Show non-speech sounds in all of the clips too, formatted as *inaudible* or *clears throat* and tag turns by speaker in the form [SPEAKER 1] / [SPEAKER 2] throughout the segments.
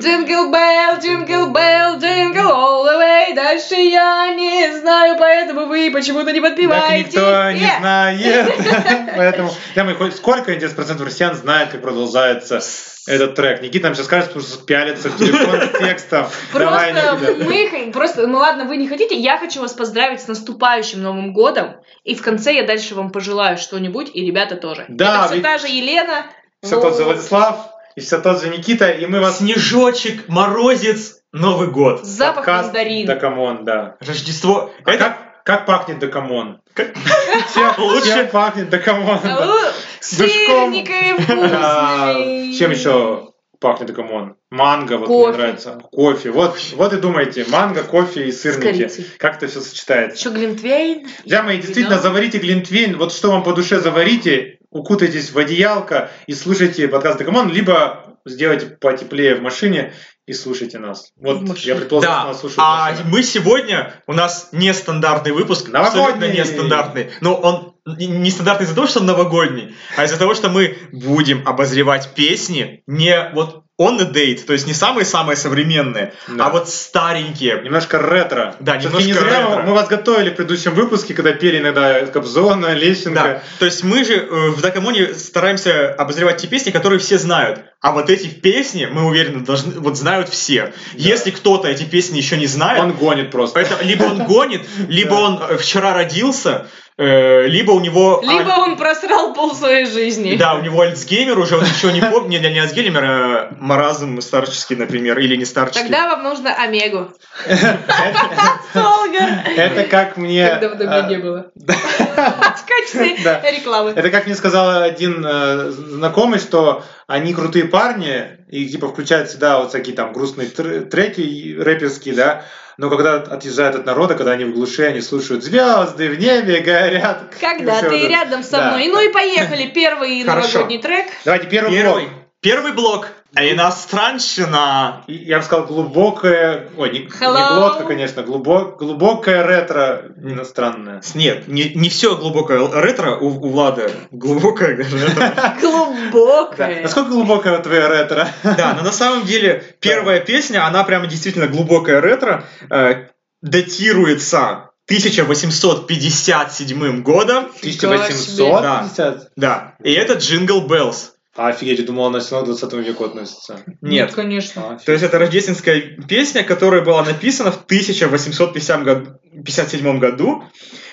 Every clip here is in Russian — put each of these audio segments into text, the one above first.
[SPEAKER 1] Джингл Белл, Джингл Белл, Джингл All the way. Дальше я не знаю, поэтому вы почему-то не
[SPEAKER 2] Так
[SPEAKER 1] подпеваете.
[SPEAKER 2] никто не
[SPEAKER 1] Э!
[SPEAKER 2] знает. *laughs* Поэтому, я мы хоть сколько процентов россиян знает, как продолжается этот трек? Никита нам сейчас скажет, потому что пялится в телефон с текстом. Давай,
[SPEAKER 1] Просто
[SPEAKER 2] Никита.
[SPEAKER 1] мы, х- просто, ну ладно, вы не хотите, я хочу вас поздравить с наступающим Новым Годом, и в конце я дальше вам пожелаю что-нибудь, и ребята тоже.
[SPEAKER 2] Да,
[SPEAKER 1] Это все
[SPEAKER 2] ведь-
[SPEAKER 1] та же Елена.
[SPEAKER 2] Все
[SPEAKER 1] Ну,
[SPEAKER 2] тот же Владислав, и все тот же Никита, и мы вас...
[SPEAKER 3] Снежочек, морозец, Новый год.
[SPEAKER 1] Запах
[SPEAKER 2] Подкаст
[SPEAKER 1] мандарин.
[SPEAKER 2] Да камон, да.
[SPEAKER 3] Рождество.
[SPEAKER 2] А
[SPEAKER 3] Это
[SPEAKER 2] как, как пахнет да камон?
[SPEAKER 3] все
[SPEAKER 2] *laughs* Чем
[SPEAKER 3] лучше.
[SPEAKER 2] пахнет да камон?
[SPEAKER 1] Ау, Сырниками
[SPEAKER 2] А,
[SPEAKER 1] вкусными.
[SPEAKER 2] Чем еще пахнет камон? Манго, вот
[SPEAKER 1] Кофе.
[SPEAKER 2] мне нравится. Кофе. Вот, вот и думайте, манго, кофе и сырники.
[SPEAKER 1] корицей.
[SPEAKER 2] Как это все сочетается?
[SPEAKER 1] Еще глинтвейн.
[SPEAKER 2] Друзья мои, действительно,
[SPEAKER 1] Вино.
[SPEAKER 2] заварите глинтвейн, вот что вам по душе заварите, укутайтесь в одеялко и слушайте подкаст Декамон, либо сделайте потеплее в машине и слушайте нас. Вот,
[SPEAKER 1] В машине.
[SPEAKER 2] я предположил, что
[SPEAKER 3] Да,
[SPEAKER 2] нас слушают.
[SPEAKER 3] а
[SPEAKER 2] машины.
[SPEAKER 3] мы сегодня, у нас нестандартный выпуск, абсолютно
[SPEAKER 2] Новогодний.
[SPEAKER 3] нестандартный, но он н- нестандартный из-за того, что он новогодний, а из-за того, что мы будем обозревать песни не вот on the date, то есть не самые-самые современные,
[SPEAKER 2] Да.
[SPEAKER 3] а вот старенькие.
[SPEAKER 2] Немножко ретро.
[SPEAKER 3] Да,
[SPEAKER 2] Всё-таки не
[SPEAKER 3] немножко
[SPEAKER 2] зря
[SPEAKER 3] ретро.
[SPEAKER 2] мы вас готовили в предыдущем выпуске, когда пели иногда Кобзона,
[SPEAKER 3] Да,
[SPEAKER 2] Лещенко.
[SPEAKER 3] то есть мы же э, в Дакамоне стараемся обозревать те песни, которые все знают, а вот эти песни, мы уверены, должны, вот знают все. Если кто-то эти песни еще не знает,
[SPEAKER 2] Он гонит просто.
[SPEAKER 3] Поэтому либо он гонит, либо
[SPEAKER 2] Да.
[SPEAKER 3] он э, вчера родился, э, либо у него...
[SPEAKER 1] Либо он просрал пол своей жизни.
[SPEAKER 3] а, Да, у него Альцгеймер уже, он еще не помнит, не, не Альцгеймер, а маразм старческий, например, или не старческий.
[SPEAKER 1] Тогда вам нужно Омегу. Солгар.
[SPEAKER 2] Это как мне...
[SPEAKER 1] Как давно меня
[SPEAKER 2] а,
[SPEAKER 1] не было. В качестве
[SPEAKER 2] Да.
[SPEAKER 1] рекламы.
[SPEAKER 2] Это как мне сказал один э, знакомый, что они крутые парни, и типа включают всегда вот всякие там грустные тр- треки и рэперские, да, но когда отъезжают от народа, когда они в глуши, они слушают звезды в небе горят.
[SPEAKER 1] Когда
[SPEAKER 2] И всё вот
[SPEAKER 1] ты
[SPEAKER 2] это.
[SPEAKER 1] рядом со
[SPEAKER 2] Да.
[SPEAKER 1] мной. Ну и поехали. Первый
[SPEAKER 3] Хорошо.
[SPEAKER 1] новогодний трек.
[SPEAKER 2] Давайте первый,
[SPEAKER 3] Первый,
[SPEAKER 2] блок.
[SPEAKER 3] первый блок. А Иностранщина.
[SPEAKER 2] И- Я бы сказал глубокое, ой, не, не
[SPEAKER 1] Hello.
[SPEAKER 2] глотка, конечно, глубок, глубокое ретро иностранное.
[SPEAKER 3] Нет, не, все глубокое ретро у, у Влада. Глубокое ретро.
[SPEAKER 2] Да.
[SPEAKER 1] Глубокое.
[SPEAKER 2] Насколько глубокое твое ретро?
[SPEAKER 3] Да, но на самом деле первая песня, она прямо действительно глубокая ретро, э, датируется 1857 годом.
[SPEAKER 2] 1800?
[SPEAKER 3] Да, и это Jingle Bells.
[SPEAKER 2] Офигеть, я думал, она все равно к 20 веку относится.
[SPEAKER 3] Нет.
[SPEAKER 1] Ну, конечно.
[SPEAKER 3] То есть это рождественская песня, которая была написана в 1857 году.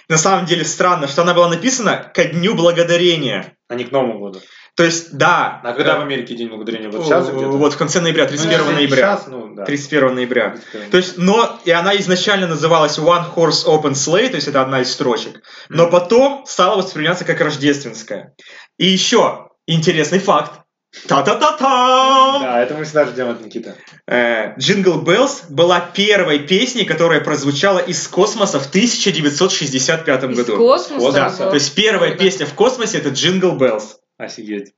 [SPEAKER 3] На самом деле странно, что она была написана ко Дню Благодарения.
[SPEAKER 2] А не к Новому году.
[SPEAKER 3] То есть, да.
[SPEAKER 2] А когда
[SPEAKER 3] э,
[SPEAKER 2] в Америке День Благодарения?
[SPEAKER 3] э,
[SPEAKER 2] Вот сейчас где-то?
[SPEAKER 3] Вот в конце ноября,
[SPEAKER 2] Ну,
[SPEAKER 3] 31
[SPEAKER 2] если не
[SPEAKER 3] ноября.
[SPEAKER 2] Сейчас, ну, да.
[SPEAKER 3] 31 ноября.
[SPEAKER 2] 31.
[SPEAKER 3] То есть, но и она изначально называлась One Horse Open Sleigh, то есть это одна из строчек, но
[SPEAKER 2] Мгм.
[SPEAKER 3] потом стала восприниматься как рождественская. И еще интересный факт. Та-та-та-та! Э,
[SPEAKER 2] Да, это мы всегда ждем от Никиты.
[SPEAKER 3] Джингл Беллс была первой песней, которая прозвучала из космоса в 1965
[SPEAKER 1] Из
[SPEAKER 3] году.
[SPEAKER 1] космоса.
[SPEAKER 3] Да,
[SPEAKER 1] было.
[SPEAKER 3] то есть первая
[SPEAKER 1] Круто.
[SPEAKER 3] песня в космосе это Джингл Беллс.
[SPEAKER 2] Офигеть.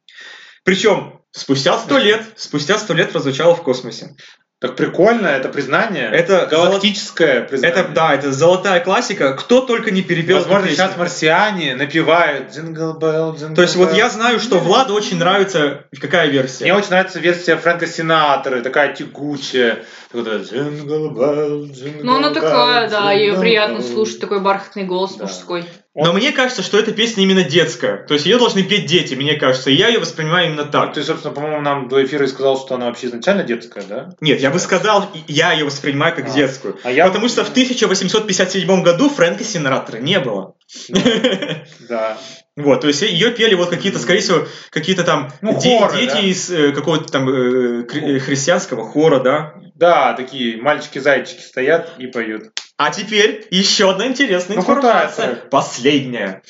[SPEAKER 3] Причем спустя сто лет, спустя сто лет прозвучала в космосе.
[SPEAKER 2] Так прикольно, это признание.
[SPEAKER 3] Это
[SPEAKER 2] галактическое признание.
[SPEAKER 3] Это да, это золотая классика. Кто только не перепел эту
[SPEAKER 2] Возможно,
[SPEAKER 3] песню.
[SPEAKER 2] сейчас марсиане напевают джингл белл, джингл
[SPEAKER 3] То есть вот
[SPEAKER 2] белл».
[SPEAKER 3] я знаю, что Владу очень нравится какая
[SPEAKER 2] Мне
[SPEAKER 3] версия.
[SPEAKER 2] очень нравится версия Фрэнка Синатры, такая тягучая. Джингл белл, джингл
[SPEAKER 1] Ну, она
[SPEAKER 2] белл,
[SPEAKER 1] такая, да, ее
[SPEAKER 2] джингл
[SPEAKER 1] приятно
[SPEAKER 2] белл».
[SPEAKER 1] слушать, такой бархатный голос
[SPEAKER 2] Да.
[SPEAKER 1] мужской.
[SPEAKER 3] Но мне кажется, что эта песня именно детская. То есть ее должны петь дети, мне кажется. И я ее воспринимаю именно
[SPEAKER 2] Ну,
[SPEAKER 3] так.
[SPEAKER 2] Ты, собственно, по-моему, нам до эфира и сказал, что она вообще изначально детская, да?
[SPEAKER 3] Нет, я бы сказал, и- я ее воспринимаю
[SPEAKER 2] А.
[SPEAKER 3] как детскую.
[SPEAKER 2] А я...
[SPEAKER 3] Потому что в 1857 году Фрэнка Синатра не было.
[SPEAKER 2] *laughs* Да.
[SPEAKER 3] Вот, то есть ее пели вот какие-то, скорее всего, какие-то там
[SPEAKER 2] Ну,
[SPEAKER 3] де-
[SPEAKER 2] хоры,
[SPEAKER 3] дети
[SPEAKER 2] да.
[SPEAKER 3] из э, какого-то там э, хри- э, христианского хора, да.
[SPEAKER 2] Да, такие мальчики-зайчики стоят и поют.
[SPEAKER 3] А теперь еще одна интересная
[SPEAKER 2] Ну, крутая
[SPEAKER 3] информация.
[SPEAKER 2] история.
[SPEAKER 3] Последняя.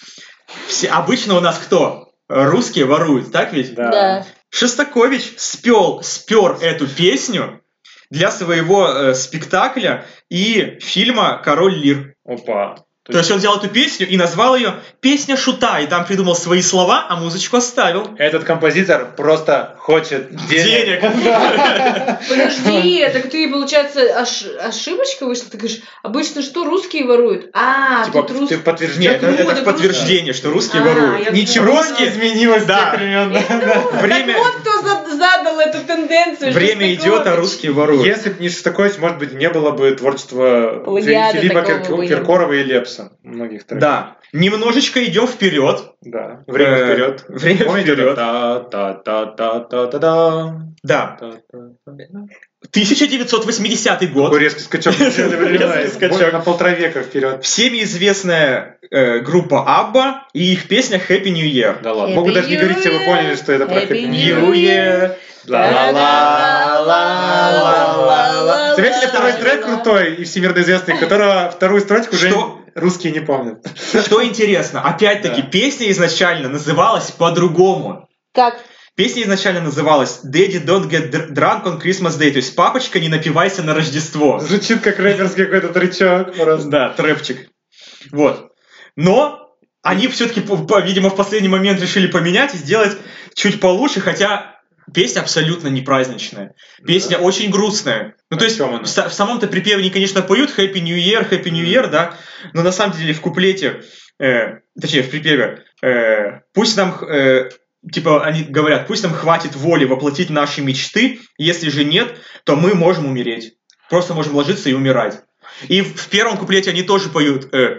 [SPEAKER 3] Все, обычно у нас кто? Русские воруют, так ведь? Шестакович спел, спер эту песню для своего э, спектакля и фильма «Король лир».
[SPEAKER 2] Опа.
[SPEAKER 3] То, есть он взял эту песню и назвал ее «Песня шута», и там придумал свои слова, а музычку оставил.
[SPEAKER 2] Этот композитор просто хочет *laughs* денег.
[SPEAKER 3] *laughs*
[SPEAKER 1] Подожди, так ты, получается, ош- ошибочка вышла. Ты говоришь, обычно что русские воруют? А,
[SPEAKER 2] Типа,
[SPEAKER 1] тут рус- *laughs*
[SPEAKER 2] ты подтверждение.
[SPEAKER 3] Нет,
[SPEAKER 1] Ну,
[SPEAKER 3] это
[SPEAKER 1] да,
[SPEAKER 3] как подтверждение, что русские
[SPEAKER 1] А,
[SPEAKER 3] воруют.
[SPEAKER 1] я
[SPEAKER 2] Ничего не
[SPEAKER 3] Русские-
[SPEAKER 2] изменилось с
[SPEAKER 3] Да.
[SPEAKER 2] тех времен.
[SPEAKER 1] Так
[SPEAKER 3] Время,
[SPEAKER 1] вот, кто за- задал эту тенденцию.
[SPEAKER 3] время идет, а
[SPEAKER 1] Шестакович.
[SPEAKER 3] русские воруют.
[SPEAKER 2] Если бы не Шестакович, может быть, не было бы творчества Фи-
[SPEAKER 1] Плагиата
[SPEAKER 2] Филиппа
[SPEAKER 1] такого
[SPEAKER 2] Кирко-
[SPEAKER 1] бы не
[SPEAKER 2] Киркорова и Лепса. Многих треков.
[SPEAKER 3] Да. Немножечко идем вперед.
[SPEAKER 2] Да. Время
[SPEAKER 3] Э,
[SPEAKER 2] вперед.
[SPEAKER 3] Время
[SPEAKER 2] Помните?
[SPEAKER 3] вперед.
[SPEAKER 2] Та-та-та-та-та-та-да.
[SPEAKER 3] Да. 1980
[SPEAKER 2] Такой
[SPEAKER 3] год.
[SPEAKER 2] резкий скачок.
[SPEAKER 3] *laughs* Резкий скачок.
[SPEAKER 2] Больше На полтора века вперед.
[SPEAKER 3] Всеми известная э, группа Абба и их песня Happy New Year.
[SPEAKER 2] Да ладно.
[SPEAKER 1] Happy
[SPEAKER 2] Могут даже не
[SPEAKER 1] New
[SPEAKER 2] говорить, все вы
[SPEAKER 1] Year.
[SPEAKER 2] поняли, что это про
[SPEAKER 1] Happy
[SPEAKER 2] Happy
[SPEAKER 1] New
[SPEAKER 2] New Year.
[SPEAKER 3] Year.
[SPEAKER 2] Ла-ла-ла-ла-ла-ла-ла. Заметили, второй трек крутой и всемирно известный, которого вторую строчку уже
[SPEAKER 3] Что?
[SPEAKER 2] русские не помнят.
[SPEAKER 3] Что интересно, опять-таки,
[SPEAKER 2] Да.
[SPEAKER 3] песня изначально называлась по-другому.
[SPEAKER 1] Как?
[SPEAKER 3] Песня изначально называлась «Daddy don't get dr- drunk on Christmas Day», то есть «Папочка, не напивайся на Рождество».
[SPEAKER 2] Звучит как рэперский какой-то тречок просто.
[SPEAKER 3] Да, трэпчик. Вот. Но они все-таки, видимо, в последний момент решили поменять и сделать чуть получше, хотя песня абсолютно не праздничная. Песня очень грустная. Ну,
[SPEAKER 2] О
[SPEAKER 3] то есть,
[SPEAKER 2] чём она?
[SPEAKER 3] в са- в самом-то припеве они, конечно, поют Happy New Year, Happy New Year, да, но на самом деле в куплете, э, точнее, в припеве, э, пусть нам, х- э, типа, они говорят, пусть нам хватит воли воплотить наши мечты, если же нет, то мы можем умереть. Просто можем ложиться и умирать. И в в первом куплете они тоже поют. э,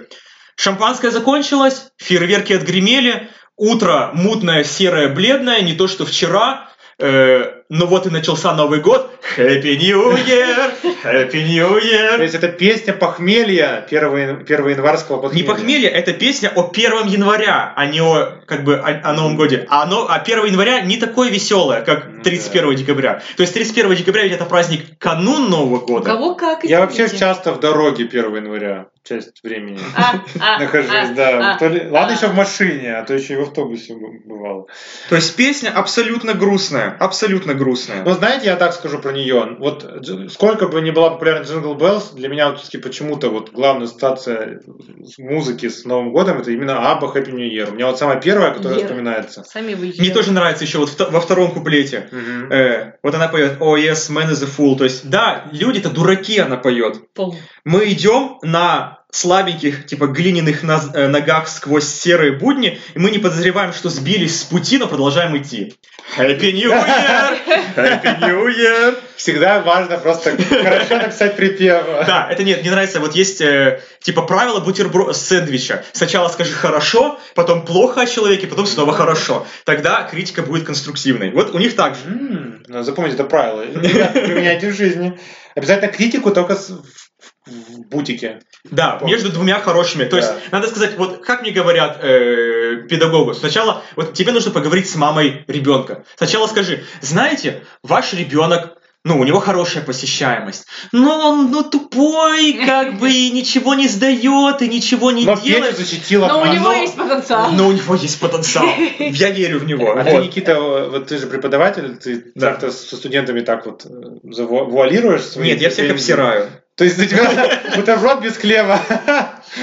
[SPEAKER 3] Шампанское закончилось, фейерверки отгремели, утро мутное, серое, бледное, не то что вчера. э, ну вот и начался Новый год. Happy New Year! Happy New
[SPEAKER 2] То
[SPEAKER 3] Year!
[SPEAKER 2] есть это песня похмелья 1 январского
[SPEAKER 3] Не
[SPEAKER 2] похмелья.
[SPEAKER 3] похмелье, это песня о 1 января, а не о, как бы, о, о Новом Годе. А, оно, а 1 января не такое веселое,
[SPEAKER 2] Ну да.
[SPEAKER 3] как 31 декабря. То есть 31 декабря ведь это праздник канун Нового
[SPEAKER 1] У
[SPEAKER 3] года.
[SPEAKER 1] кого как?
[SPEAKER 2] Я вообще
[SPEAKER 1] извините.
[SPEAKER 2] часто в дороге 1 января, часть времени.
[SPEAKER 1] А,
[SPEAKER 3] *laughs*
[SPEAKER 1] а,
[SPEAKER 2] Нахожусь,
[SPEAKER 1] а,
[SPEAKER 2] да.
[SPEAKER 1] а,
[SPEAKER 2] То ли-
[SPEAKER 1] а.
[SPEAKER 2] Ладно, еще в машине, а то еще и в автобусе б- бывало.
[SPEAKER 3] То есть песня абсолютно грустная, абсолютно грустная.
[SPEAKER 2] Ну, знаете, я так скажу про нее. Вот дж- сколько бы ни была популярна Jingle Bells, для меня вот всё-таки почему-то вот главная ассоциация с- музыки с Новым годом это именно Абба Happy New Year. У меня вот самая первая, которая
[SPEAKER 1] Year.
[SPEAKER 2] вспоминается.
[SPEAKER 1] Сами вы
[SPEAKER 3] Мне тоже нравится еще вот вто- во втором куплете.
[SPEAKER 2] Мгм.
[SPEAKER 3] Э, вот она поет «Oh yes, man is a fool». То есть, да, люди-то дураки, она поет. *laughs*
[SPEAKER 1] Пом.
[SPEAKER 3] Мы идем на слабеньких, типа, глиняных наз- э, ногах сквозь серые будни, и мы не подозреваем, что сбились с пути, но продолжаем идти. Happy New Year! *laughs* Happy New Year!
[SPEAKER 2] Всегда важно
[SPEAKER 1] *laughs*
[SPEAKER 2] просто хорошо написать припев.
[SPEAKER 3] Да, это нет, мне нравится. Вот есть, э, типа, правило бутербро сэндвича. Сначала скажи «хорошо», потом «плохо» о человеке, потом снова «хорошо». Тогда критика будет конструктивной. Вот у них так же.
[SPEAKER 2] М, надо запомнить
[SPEAKER 1] *laughs*
[SPEAKER 2] это правило. Ребята, Применяйте в жизни. Обязательно критику только с- в в бутике.
[SPEAKER 3] Да,
[SPEAKER 2] Помню.
[SPEAKER 3] между двумя хорошими. То
[SPEAKER 2] Да.
[SPEAKER 3] есть, надо сказать, вот как мне говорят э, педагогу, сначала, вот тебе нужно поговорить с мамой ребенка. Сначала скажи, знаете, ваш ребенок, ну, у него хорошая посещаемость, но он, ну, тупой, как бы, и ничего не сдает, и ничего не
[SPEAKER 2] Но Петю
[SPEAKER 3] делает.
[SPEAKER 2] защитила
[SPEAKER 1] Но у
[SPEAKER 2] мама.
[SPEAKER 1] него
[SPEAKER 3] оно- Ну,
[SPEAKER 1] есть потенциал.
[SPEAKER 3] Но у него есть потенциал. Я верю в него.
[SPEAKER 2] А ты,
[SPEAKER 3] Вот.
[SPEAKER 2] Никита, вот ты же преподаватель, ты
[SPEAKER 3] Да.
[SPEAKER 2] как-то со студентами так вот э, заву- вуалируешь свои
[SPEAKER 3] Нет, я всех
[SPEAKER 2] претензии?
[SPEAKER 3] обсираю.
[SPEAKER 2] То есть у тебя *laughs* бутерброд без хлеба.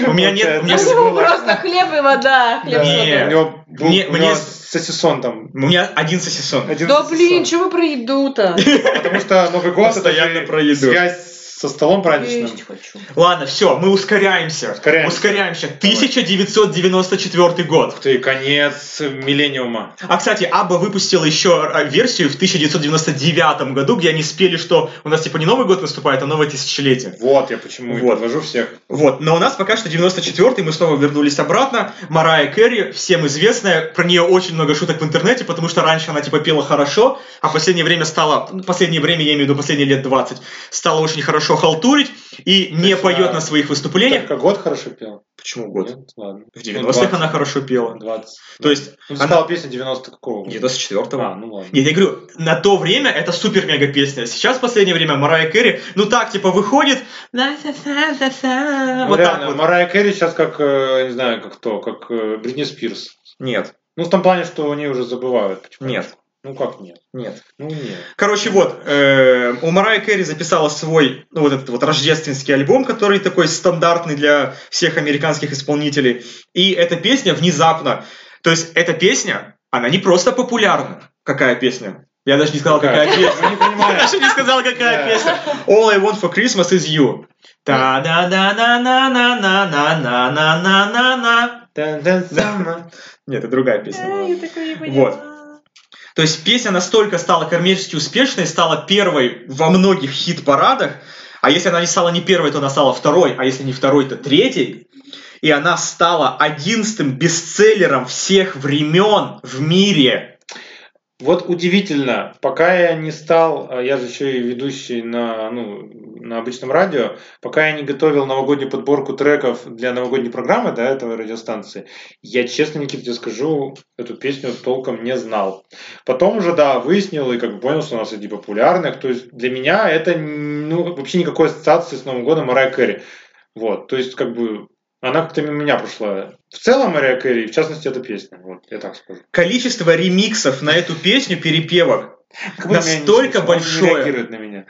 [SPEAKER 3] У меня нет- у
[SPEAKER 1] У
[SPEAKER 3] меня Если
[SPEAKER 1] него просто хлеб и вода. *laughs* хлеб с
[SPEAKER 3] Не.
[SPEAKER 1] водой.
[SPEAKER 2] У него был- у
[SPEAKER 3] Мне-
[SPEAKER 2] него
[SPEAKER 3] мне-
[SPEAKER 2] сосисон там.
[SPEAKER 3] У меня один сосисон.
[SPEAKER 2] Один
[SPEAKER 1] Да
[SPEAKER 2] сосисон.
[SPEAKER 1] блин, чего вы про
[SPEAKER 3] *laughs*
[SPEAKER 1] еду-то?
[SPEAKER 2] Потому что Новый год это
[SPEAKER 3] Постоянно
[SPEAKER 2] же
[SPEAKER 3] про еду.
[SPEAKER 2] связь со столом праздничным.
[SPEAKER 1] Есть хочу.
[SPEAKER 3] Ладно, все, мы ускоряемся.
[SPEAKER 2] Ускоряемся.
[SPEAKER 3] Ускоряемся. 1994 год.
[SPEAKER 2] Ух ты, конец миллениума.
[SPEAKER 3] А, кстати, Абба выпустила еще э, версию в 1999 году, где они спели, что у нас типа не Новый год наступает, а новое тысячелетие.
[SPEAKER 2] Вот я почему и
[SPEAKER 3] Вот.
[SPEAKER 2] подвожу всех.
[SPEAKER 3] Вот, но у нас пока что 94-й, мы снова вернулись обратно. Марая Керри, всем известная, про нее очень много шуток в интернете, потому что раньше она типа пела хорошо, а в последнее время стала, ну, последнее время, я имею в виду последние лет 20, стала очень хорошо халтурить и не
[SPEAKER 2] есть
[SPEAKER 3] поет
[SPEAKER 2] она
[SPEAKER 3] на своих выступлениях.
[SPEAKER 2] Только год хорошо пел.
[SPEAKER 3] Почему год?
[SPEAKER 2] Нет? Ладно. Ну,
[SPEAKER 3] В 90-х она хорошо пела.
[SPEAKER 2] 20.
[SPEAKER 3] То есть
[SPEAKER 2] Ну,
[SPEAKER 3] она-
[SPEAKER 2] стала песня 90 какого?
[SPEAKER 3] 94-го.
[SPEAKER 2] А, ну ладно.
[SPEAKER 3] Нет, я говорю, на то время это супер-мега песня. Сейчас в последнее время Марая Кэрри, ну так, типа, выходит.
[SPEAKER 2] Ну,
[SPEAKER 3] Вот так
[SPEAKER 2] реально,
[SPEAKER 3] вот.
[SPEAKER 2] Марая Керри сейчас как, э, не знаю, как кто, как э, Бритни Спирс.
[SPEAKER 3] Нет,
[SPEAKER 2] Ну, в том плане, что они уже забывают.
[SPEAKER 3] нет,
[SPEAKER 2] Ну, как нет?
[SPEAKER 3] нет.
[SPEAKER 2] Ну, нет.
[SPEAKER 3] Короче, вот, э, у Марая Кэрри записала свой, ну, вот этот вот рождественский альбом, который такой стандартный для всех американских исполнителей. И эта песня внезапно, то есть эта песня, она не просто популярна. Какая песня? Я даже не сказал, какая, песня.
[SPEAKER 2] Ну, не понимаю.
[SPEAKER 3] *laughs* Я даже не сказал, какая
[SPEAKER 2] Да.
[SPEAKER 3] песня. All I want for Christmas is you. та да да на на на на на на на на на на Нет, это другая песня.
[SPEAKER 1] я такой не
[SPEAKER 3] Вот. То есть песня настолько стала коммерчески успешной, стала первой во многих хит-парадах, а если она не стала не первой, то она стала второй, а если не второй, то третьей. И она стала одиннадцатым бестселлером всех времен в мире.
[SPEAKER 2] Вот удивительно, пока я не стал, а я же еще и ведущий на, ну, на обычном радио, пока я не готовил новогоднюю подборку треков для новогодней программы, да, этого радиостанции, я, честно, Никита, тебе скажу, эту песню толком не знал. Потом уже, да, выяснил и как бы понял, что у нас среди популярных, то есть для меня это, ну, вообще никакой ассоциации с Новым годом Марай Кэрри. Вот, то есть как бы она как-то мимо меня прошла. В целом Мария Кэрри, и в частности, эта песня, вот, я так скажу.
[SPEAKER 3] Количество ремиксов на эту песню, перепевок,
[SPEAKER 2] Как будто меня не слышит, он
[SPEAKER 3] Настолько
[SPEAKER 2] не
[SPEAKER 3] большое.
[SPEAKER 2] реагирует на меня.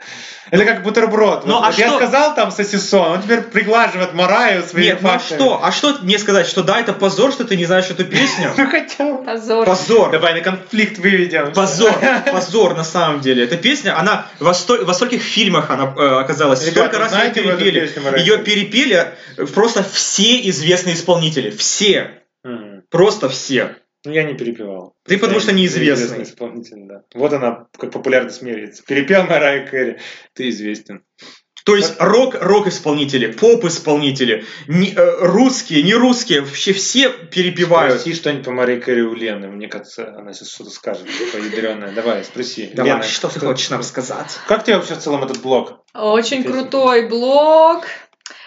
[SPEAKER 2] Это как бутерброд.
[SPEAKER 3] Ну,
[SPEAKER 2] Вот-
[SPEAKER 3] а
[SPEAKER 2] вот Я
[SPEAKER 3] что-
[SPEAKER 2] сказал там сосисон, он теперь приглаживает Мараю своими
[SPEAKER 3] Нет, ну а
[SPEAKER 2] фактами.
[SPEAKER 3] что? А что мне сказать, что да, это позор, что ты не знаешь эту песню?
[SPEAKER 2] *laughs* Ну хотя бы.
[SPEAKER 1] Позор.
[SPEAKER 3] Позор.
[SPEAKER 2] Давай на конфликт выведем. *laughs*
[SPEAKER 3] Позор, позор на самом деле. Эта песня, она во, сто- во стольких фильмах она э, оказалась.
[SPEAKER 2] Ребята,
[SPEAKER 3] Сколько раз ее
[SPEAKER 2] знаете вы эту
[SPEAKER 3] перепели?
[SPEAKER 2] песню, Мария
[SPEAKER 3] Ее
[SPEAKER 2] Кэрри?
[SPEAKER 3] перепели э, просто все известные исполнители. Все.
[SPEAKER 2] Мгм.
[SPEAKER 3] Просто все.
[SPEAKER 2] Ну я не перепевал.
[SPEAKER 3] Ты потому
[SPEAKER 2] Я
[SPEAKER 3] что
[SPEAKER 2] не-
[SPEAKER 3] неизвестный.
[SPEAKER 2] неизвестный исполнитель, да. Вот она, как популярность меряется. Перепел Марая Кэрри, ты известен.
[SPEAKER 3] То есть рок, рок исполнители, поп исполнители, э, русские, не русские, вообще все перепевают.
[SPEAKER 2] Спроси что-нибудь по Марии Кэрри у Лены, мне кажется, она сейчас что-то скажет, типа ядреное. Давай, спроси.
[SPEAKER 3] Давай,
[SPEAKER 2] Лена,
[SPEAKER 3] что ты хочешь нам сказать?
[SPEAKER 2] Как тебе вообще в целом этот блог?
[SPEAKER 1] Очень
[SPEAKER 2] Песня.
[SPEAKER 1] крутой блог.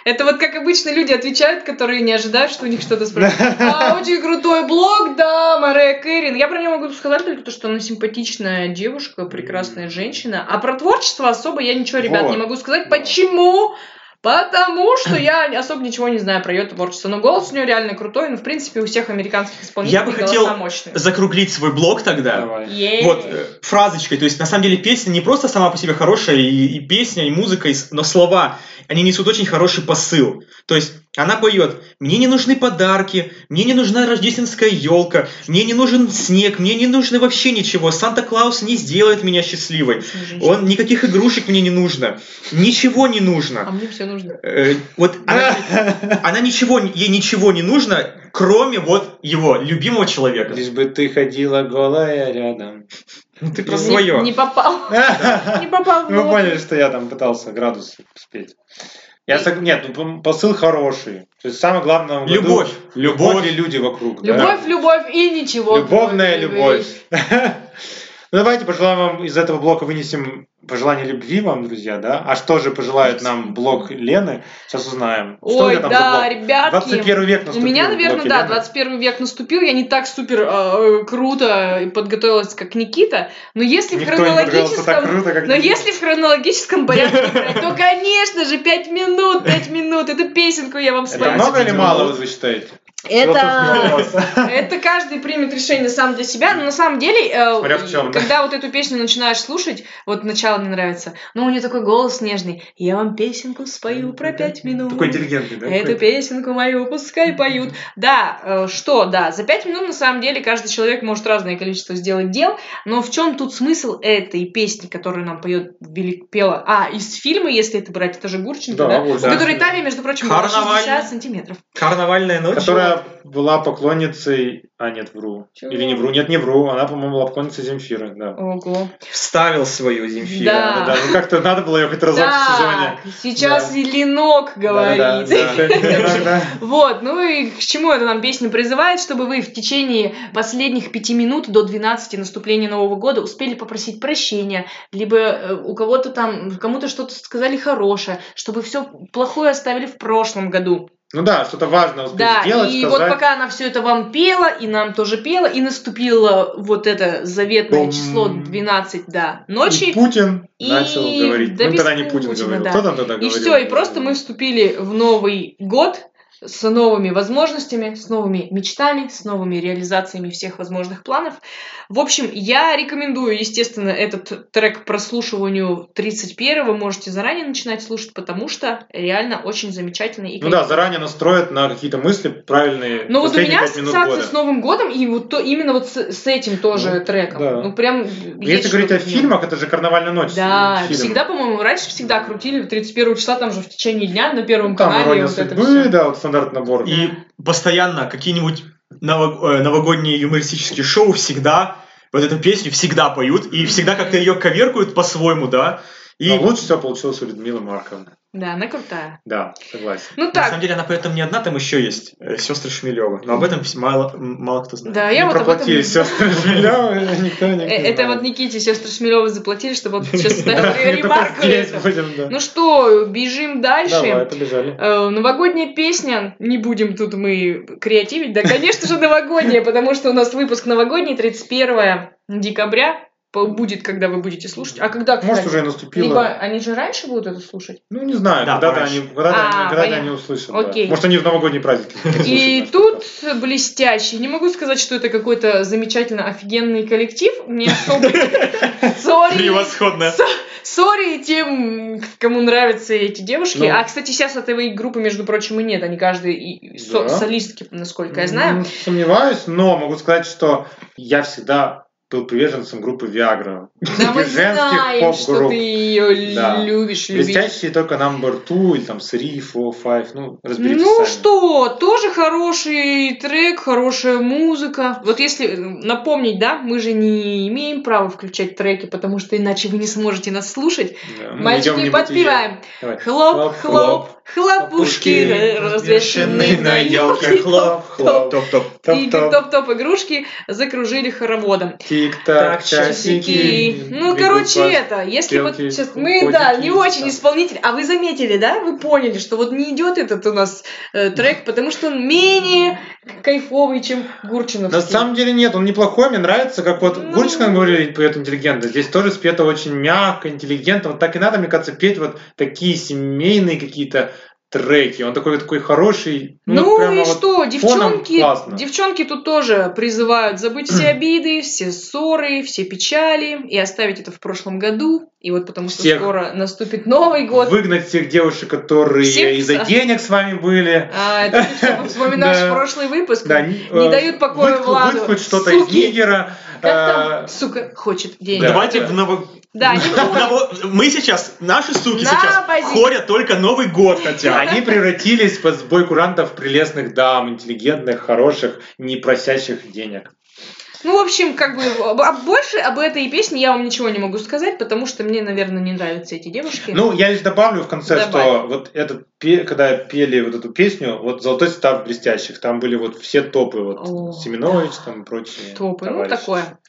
[SPEAKER 1] Это вот как обычно люди отвечают, которые не ожидают, что у них что-то
[SPEAKER 3] *laughs*
[SPEAKER 1] спрашивают. А, очень крутой блог, да, Мария Кэрин. Я про нее могу сказать только то, что она симпатичная девушка, прекрасная женщина. А про творчество особо я ничего, ребят,
[SPEAKER 2] Вот.
[SPEAKER 1] не могу сказать.
[SPEAKER 2] Да.
[SPEAKER 1] Почему? Потому что я особо ничего не знаю про ее творчество. Но голос у нее реально крутой. Ну, в принципе, у всех американских исполнителей
[SPEAKER 3] Я бы
[SPEAKER 1] голоса
[SPEAKER 3] хотел
[SPEAKER 1] мощные.
[SPEAKER 3] Закруглить свой блог тогда.
[SPEAKER 2] Давай.
[SPEAKER 1] Е-е-е.
[SPEAKER 3] Вот, э, фразочкой, то есть, на самом деле, песня не просто сама по себе хорошая, и, и песня, и музыка, и с- но слова, они несут очень хороший посыл. То есть, она поет, мне не нужны подарки, мне не нужна рождественская елка, мне не нужен снег, мне не нужно вообще ничего, Санта-Клаус не сделает меня счастливой,
[SPEAKER 1] Отличная женщина.
[SPEAKER 3] он, никаких игрушек мне не нужно, ничего не нужно.
[SPEAKER 1] А мне все нужно.
[SPEAKER 3] Э, вот она, *laughs* она ничего, не- ей ничего не нужно, кроме вот его, любимого человека.
[SPEAKER 2] Лишь бы ты ходила голая рядом.
[SPEAKER 3] Ну, Ты про
[SPEAKER 2] Не-
[SPEAKER 3] свое.
[SPEAKER 1] Не, не
[SPEAKER 3] *laughs*
[SPEAKER 1] попал. Не
[SPEAKER 2] Ну, Вы
[SPEAKER 1] попал
[SPEAKER 3] Ну,
[SPEAKER 1] в ноту.
[SPEAKER 2] поняли, что я там пытался градус спеть. Я сог- Нет, ну, пом- посыл хороший. То есть самое главное... в году-
[SPEAKER 3] Любовь.
[SPEAKER 2] Любовь и люди вокруг. да.
[SPEAKER 1] Любовь, любовь и ничего.
[SPEAKER 2] Любовная
[SPEAKER 1] кроме
[SPEAKER 2] любовь. *laughs* Ну, давайте пожелаем вам из этого блока вынесем пожелание любви вам, друзья, да? А что же пожелает нам блог Лены? Сейчас узнаем. Что у
[SPEAKER 1] Ой,
[SPEAKER 2] тебя там за
[SPEAKER 1] да,
[SPEAKER 2] блог?
[SPEAKER 1] ребятки.
[SPEAKER 2] 21 век
[SPEAKER 1] У
[SPEAKER 2] наступил.
[SPEAKER 1] меня,
[SPEAKER 2] в
[SPEAKER 1] наверное,
[SPEAKER 2] блоке
[SPEAKER 1] да,
[SPEAKER 2] Лены.
[SPEAKER 1] 21 век наступил. Я не так супер э, э, круто подготовилась, как Никита. Но если в
[SPEAKER 2] Никто не подготовился так
[SPEAKER 1] хронологическом...
[SPEAKER 2] круто, как
[SPEAKER 1] Но
[SPEAKER 2] ты.
[SPEAKER 1] если в хронологическом порядке, брать, то, конечно же, 5 минут, 5 минут. Эту песенку я вам
[SPEAKER 2] Это
[SPEAKER 1] спою.
[SPEAKER 2] много или мало, вот вы считаете?
[SPEAKER 1] Это...
[SPEAKER 2] Вот тут вопрос.
[SPEAKER 1] Это каждый примет решение сам для себя, но на самом деле, э,
[SPEAKER 2] Смотря в чем, да.
[SPEAKER 1] когда вот эту песню начинаешь слушать, вот начало мне нравится, но у нее такой голос нежный. Я вам песенку спою про пять минут. А
[SPEAKER 2] Такой интеллигентный, да?
[SPEAKER 1] Эту
[SPEAKER 2] какой-то?
[SPEAKER 1] песенку мою пускай поют. Да, э, что, да, за пять минут на самом деле каждый человек может разное количество сделать дел, но в чем тут смысл этой песни, которую нам поет Велик Пела? А, из фильма, если это брать, это же Гурченко, да?
[SPEAKER 2] Да, вот,
[SPEAKER 1] У
[SPEAKER 2] да.
[SPEAKER 1] которой талия, между прочим, была
[SPEAKER 3] Карнавальная.
[SPEAKER 1] 60 сантиметров.
[SPEAKER 3] Карнавальная ночь.
[SPEAKER 2] Которая была поклонницей... А, нет, вру.
[SPEAKER 1] Чего?
[SPEAKER 2] Или не вру. Нет, не вру. Она, по-моему, была поклонницей Земфира, да.
[SPEAKER 1] Ого.
[SPEAKER 3] вставил свою Земфира.
[SPEAKER 1] Да.
[SPEAKER 2] Да, ну как-то надо было ее хоть разок в сезоне.
[SPEAKER 1] А. Так, сейчас
[SPEAKER 2] Да.
[SPEAKER 1] и Ленок
[SPEAKER 2] Да-да-да,
[SPEAKER 1] говорит. *laughs*
[SPEAKER 2] да.
[SPEAKER 1] Вот, ну и к чему эта нам песня призывает, чтобы вы в течение последних пяти минут до 12 наступления Нового года успели попросить прощения, либо э, у кого-то там, кому-то что-то сказали хорошее, чтобы все плохое оставили в прошлом году.
[SPEAKER 2] Ну да, что-то важное успеть
[SPEAKER 1] да,
[SPEAKER 2] сделать,
[SPEAKER 1] и
[SPEAKER 2] сказать.
[SPEAKER 1] вот пока она все это вам пела, и нам тоже пела, и наступило вот это заветное
[SPEAKER 2] Бум.
[SPEAKER 1] число 12, да,
[SPEAKER 2] И
[SPEAKER 1] ночи,
[SPEAKER 2] Путин
[SPEAKER 1] и
[SPEAKER 2] начал говорить.
[SPEAKER 1] да
[SPEAKER 2] ну,
[SPEAKER 1] без
[SPEAKER 2] тогда не Путин
[SPEAKER 1] Путина,
[SPEAKER 2] говорил.
[SPEAKER 1] да.
[SPEAKER 2] Кто там тогда
[SPEAKER 1] И
[SPEAKER 2] говорил?
[SPEAKER 1] все, и просто мы вступили в Новый год с новыми возможностями, с новыми мечтами, с новыми реализациями всех возможных планов. В общем, я рекомендую, естественно, этот трек прослушиванию 31-го. Можете заранее начинать слушать, потому что реально очень замечательный. И
[SPEAKER 2] ну да, заранее настроят на какие-то мысли правильные.
[SPEAKER 1] Но Ну вот у меня ассоциация с Новым годом и вот то, именно вот с, с этим тоже ну, треком. Да. Ну прям... ну,
[SPEAKER 2] Если говорить о фильмах, это же «Карнавальная ночь».
[SPEAKER 1] Да, фильм. всегда, по-моему, раньше всегда крутили 31 числа, там же в течение дня на Первом ну, там канале.
[SPEAKER 2] Вот судьбы, это все. да, вот стандарт набор.
[SPEAKER 3] И постоянно какие-нибудь э, новогодние юмористические шоу всегда вот эту песню всегда поют и всегда как-то ее коверкуют по-своему, да.
[SPEAKER 2] И... Но лучше всего получилось у Людмилы Марковны.
[SPEAKER 1] Да, она крутая.
[SPEAKER 2] Да,
[SPEAKER 1] *laughs*
[SPEAKER 2] согласен.
[SPEAKER 1] Ну, так.
[SPEAKER 3] На самом деле она при этом не одна, там еще есть э, сестры Шмелева. Но об этом мало, мало кто знает.
[SPEAKER 1] Да, я
[SPEAKER 2] не
[SPEAKER 1] вот
[SPEAKER 2] проплатили об этом... сестры Шмелева, э, никто не
[SPEAKER 1] Э, Это вот
[SPEAKER 2] *laughs*
[SPEAKER 1] Никите сестры Шмелева заплатили, чтобы он сейчас ставил ремарку.
[SPEAKER 2] будем,
[SPEAKER 1] Ну э, что, бежим дальше.
[SPEAKER 2] Давай, побежали.
[SPEAKER 1] Новогодняя песня. Не будем тут мы креативить. Да, конечно же, новогодняя, потому что у нас выпуск новогодний, 31 декабря будет, когда вы будете слушать. А когда,
[SPEAKER 2] кстати, Может, уже и наступило.
[SPEAKER 1] Либо они же раньше будут это слушать?
[SPEAKER 2] Ну, не знаю, да, когда-то они, когда а, когда они услышат. Окей. Да. Может, они в новогодний праздник.
[SPEAKER 1] И тут блестящий. Не могу сказать, что это какой-то замечательно офигенный коллектив. Не
[SPEAKER 2] *laughs*
[SPEAKER 1] особо... *laughs* Сори.
[SPEAKER 3] Превосходно.
[SPEAKER 1] Сори тем, кому нравятся эти девушки. А, кстати, сейчас этой группы, между прочим, и нет. Они каждый солистки, насколько я знаю.
[SPEAKER 2] Ну, Сомневаюсь, но могу сказать, что я всегда был приверженцем группы Viagra.
[SPEAKER 1] Да
[SPEAKER 2] *laughs*
[SPEAKER 1] мы знаем, что ты ее да. любишь, любишь.
[SPEAKER 2] Блестящие только number two, или там three, four, five, ну, разберитесь
[SPEAKER 1] Ну
[SPEAKER 2] сами.
[SPEAKER 1] что, тоже хороший трек, хорошая музыка. Вот если э, напомнить, да, мы же не имеем права включать треки, потому что иначе вы не сможете нас слушать.
[SPEAKER 2] Э,
[SPEAKER 1] Да, Мальчики, подпеваем. Хлоп, хлоп, хлопушки развешены на елке.
[SPEAKER 2] Хлоп, хлоп, топ-топ.
[SPEAKER 1] И топ-топ игрушки закружили хороводом.
[SPEAKER 2] Тик-так, часики.
[SPEAKER 1] Ну,
[SPEAKER 2] бегут
[SPEAKER 1] короче,
[SPEAKER 2] по
[SPEAKER 1] это, если вот
[SPEAKER 2] стрелке,
[SPEAKER 1] сейчас мы, да,
[SPEAKER 2] ходики,
[SPEAKER 1] не очень
[SPEAKER 2] там.
[SPEAKER 1] исполнитель, а вы заметили, да, вы поняли, что вот не идет этот у нас э, трек, потому что он менее кайфовый, чем Гурчинов.
[SPEAKER 2] На самом деле нет, он неплохой, мне нравится, как вот
[SPEAKER 1] Ну.
[SPEAKER 2] Гурченко как говорили, поет интеллигентно, здесь тоже спето очень мягко, интеллигентно, вот так и надо, мне кажется, петь вот такие семейные какие-то треки, он такой такой хороший.
[SPEAKER 1] Ну,
[SPEAKER 2] прямо
[SPEAKER 1] и
[SPEAKER 2] вот
[SPEAKER 1] что,
[SPEAKER 2] фоном
[SPEAKER 1] девчонки,
[SPEAKER 2] классно.
[SPEAKER 1] девчонки тут тоже призывают забыть
[SPEAKER 2] *clears throat*
[SPEAKER 1] все обиды, все ссоры, все печали и оставить это в прошлом году. И вот потому что
[SPEAKER 2] Всех.
[SPEAKER 1] скоро наступит Новый год.
[SPEAKER 2] Выгнать всех девушек, которые
[SPEAKER 1] Всех,
[SPEAKER 2] из-за
[SPEAKER 1] да.
[SPEAKER 2] денег с вами были.
[SPEAKER 1] А, это ты что, вспоминаешь
[SPEAKER 2] Да.
[SPEAKER 1] прошлый выпуск.
[SPEAKER 2] Да,
[SPEAKER 1] Не дают покоя
[SPEAKER 2] выткнуть-
[SPEAKER 1] Владу.
[SPEAKER 2] выткнуть что-то
[SPEAKER 1] Суки.
[SPEAKER 2] из Нигера.
[SPEAKER 1] Как там,
[SPEAKER 2] э,
[SPEAKER 1] сука, хочет денег.
[SPEAKER 2] Да,
[SPEAKER 3] Давайте
[SPEAKER 2] да.
[SPEAKER 3] в ново...
[SPEAKER 1] Да, не помню.
[SPEAKER 3] Ново- Мы сейчас, наши суки
[SPEAKER 1] На
[SPEAKER 3] сейчас
[SPEAKER 1] позицию.
[SPEAKER 3] хорят только Новый год хотя.
[SPEAKER 2] Они превратились под сбой курантов в прелестных дам, интеллигентных, хороших, не просящих денег.
[SPEAKER 1] Ну, в общем, как бы об- а больше об этой песне я вам ничего не могу сказать, потому что мне, наверное, не нравятся эти девушки.
[SPEAKER 2] Ну, я лишь добавлю в конце,
[SPEAKER 1] Добавь.
[SPEAKER 2] что вот этот, пе- когда пели вот эту песню, вот «Золотой состав блестящих», там были вот все топы,
[SPEAKER 1] О,
[SPEAKER 2] вот Семенович там и прочие
[SPEAKER 1] *gasps* Топы,
[SPEAKER 2] товарищи.
[SPEAKER 1] ну такое.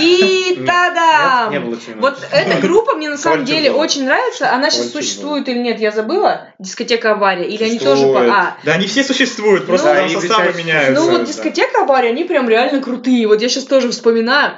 [SPEAKER 1] И
[SPEAKER 2] *laughs* Нет, Нет, не
[SPEAKER 1] тадам!
[SPEAKER 2] было Семеновича.
[SPEAKER 1] Вот
[SPEAKER 2] *laughs*
[SPEAKER 1] эта группа мне на самом
[SPEAKER 2] Кольчуг
[SPEAKER 1] деле
[SPEAKER 2] был.
[SPEAKER 1] очень нравится. Она сейчас
[SPEAKER 2] Кольчуг был.
[SPEAKER 1] существует или нет, я забыла. Дискотека авария. Или они тоже по.
[SPEAKER 2] Существует.
[SPEAKER 1] А.
[SPEAKER 3] Да они все существуют, просто
[SPEAKER 2] Ну,
[SPEAKER 3] там
[SPEAKER 2] они
[SPEAKER 3] составы
[SPEAKER 2] блестящие.
[SPEAKER 3] меняются.
[SPEAKER 1] Ну
[SPEAKER 2] знаю,
[SPEAKER 1] вот
[SPEAKER 2] да.
[SPEAKER 1] дискотека авария, они прям реально крутые. Вот я сейчас тоже вспоминаю.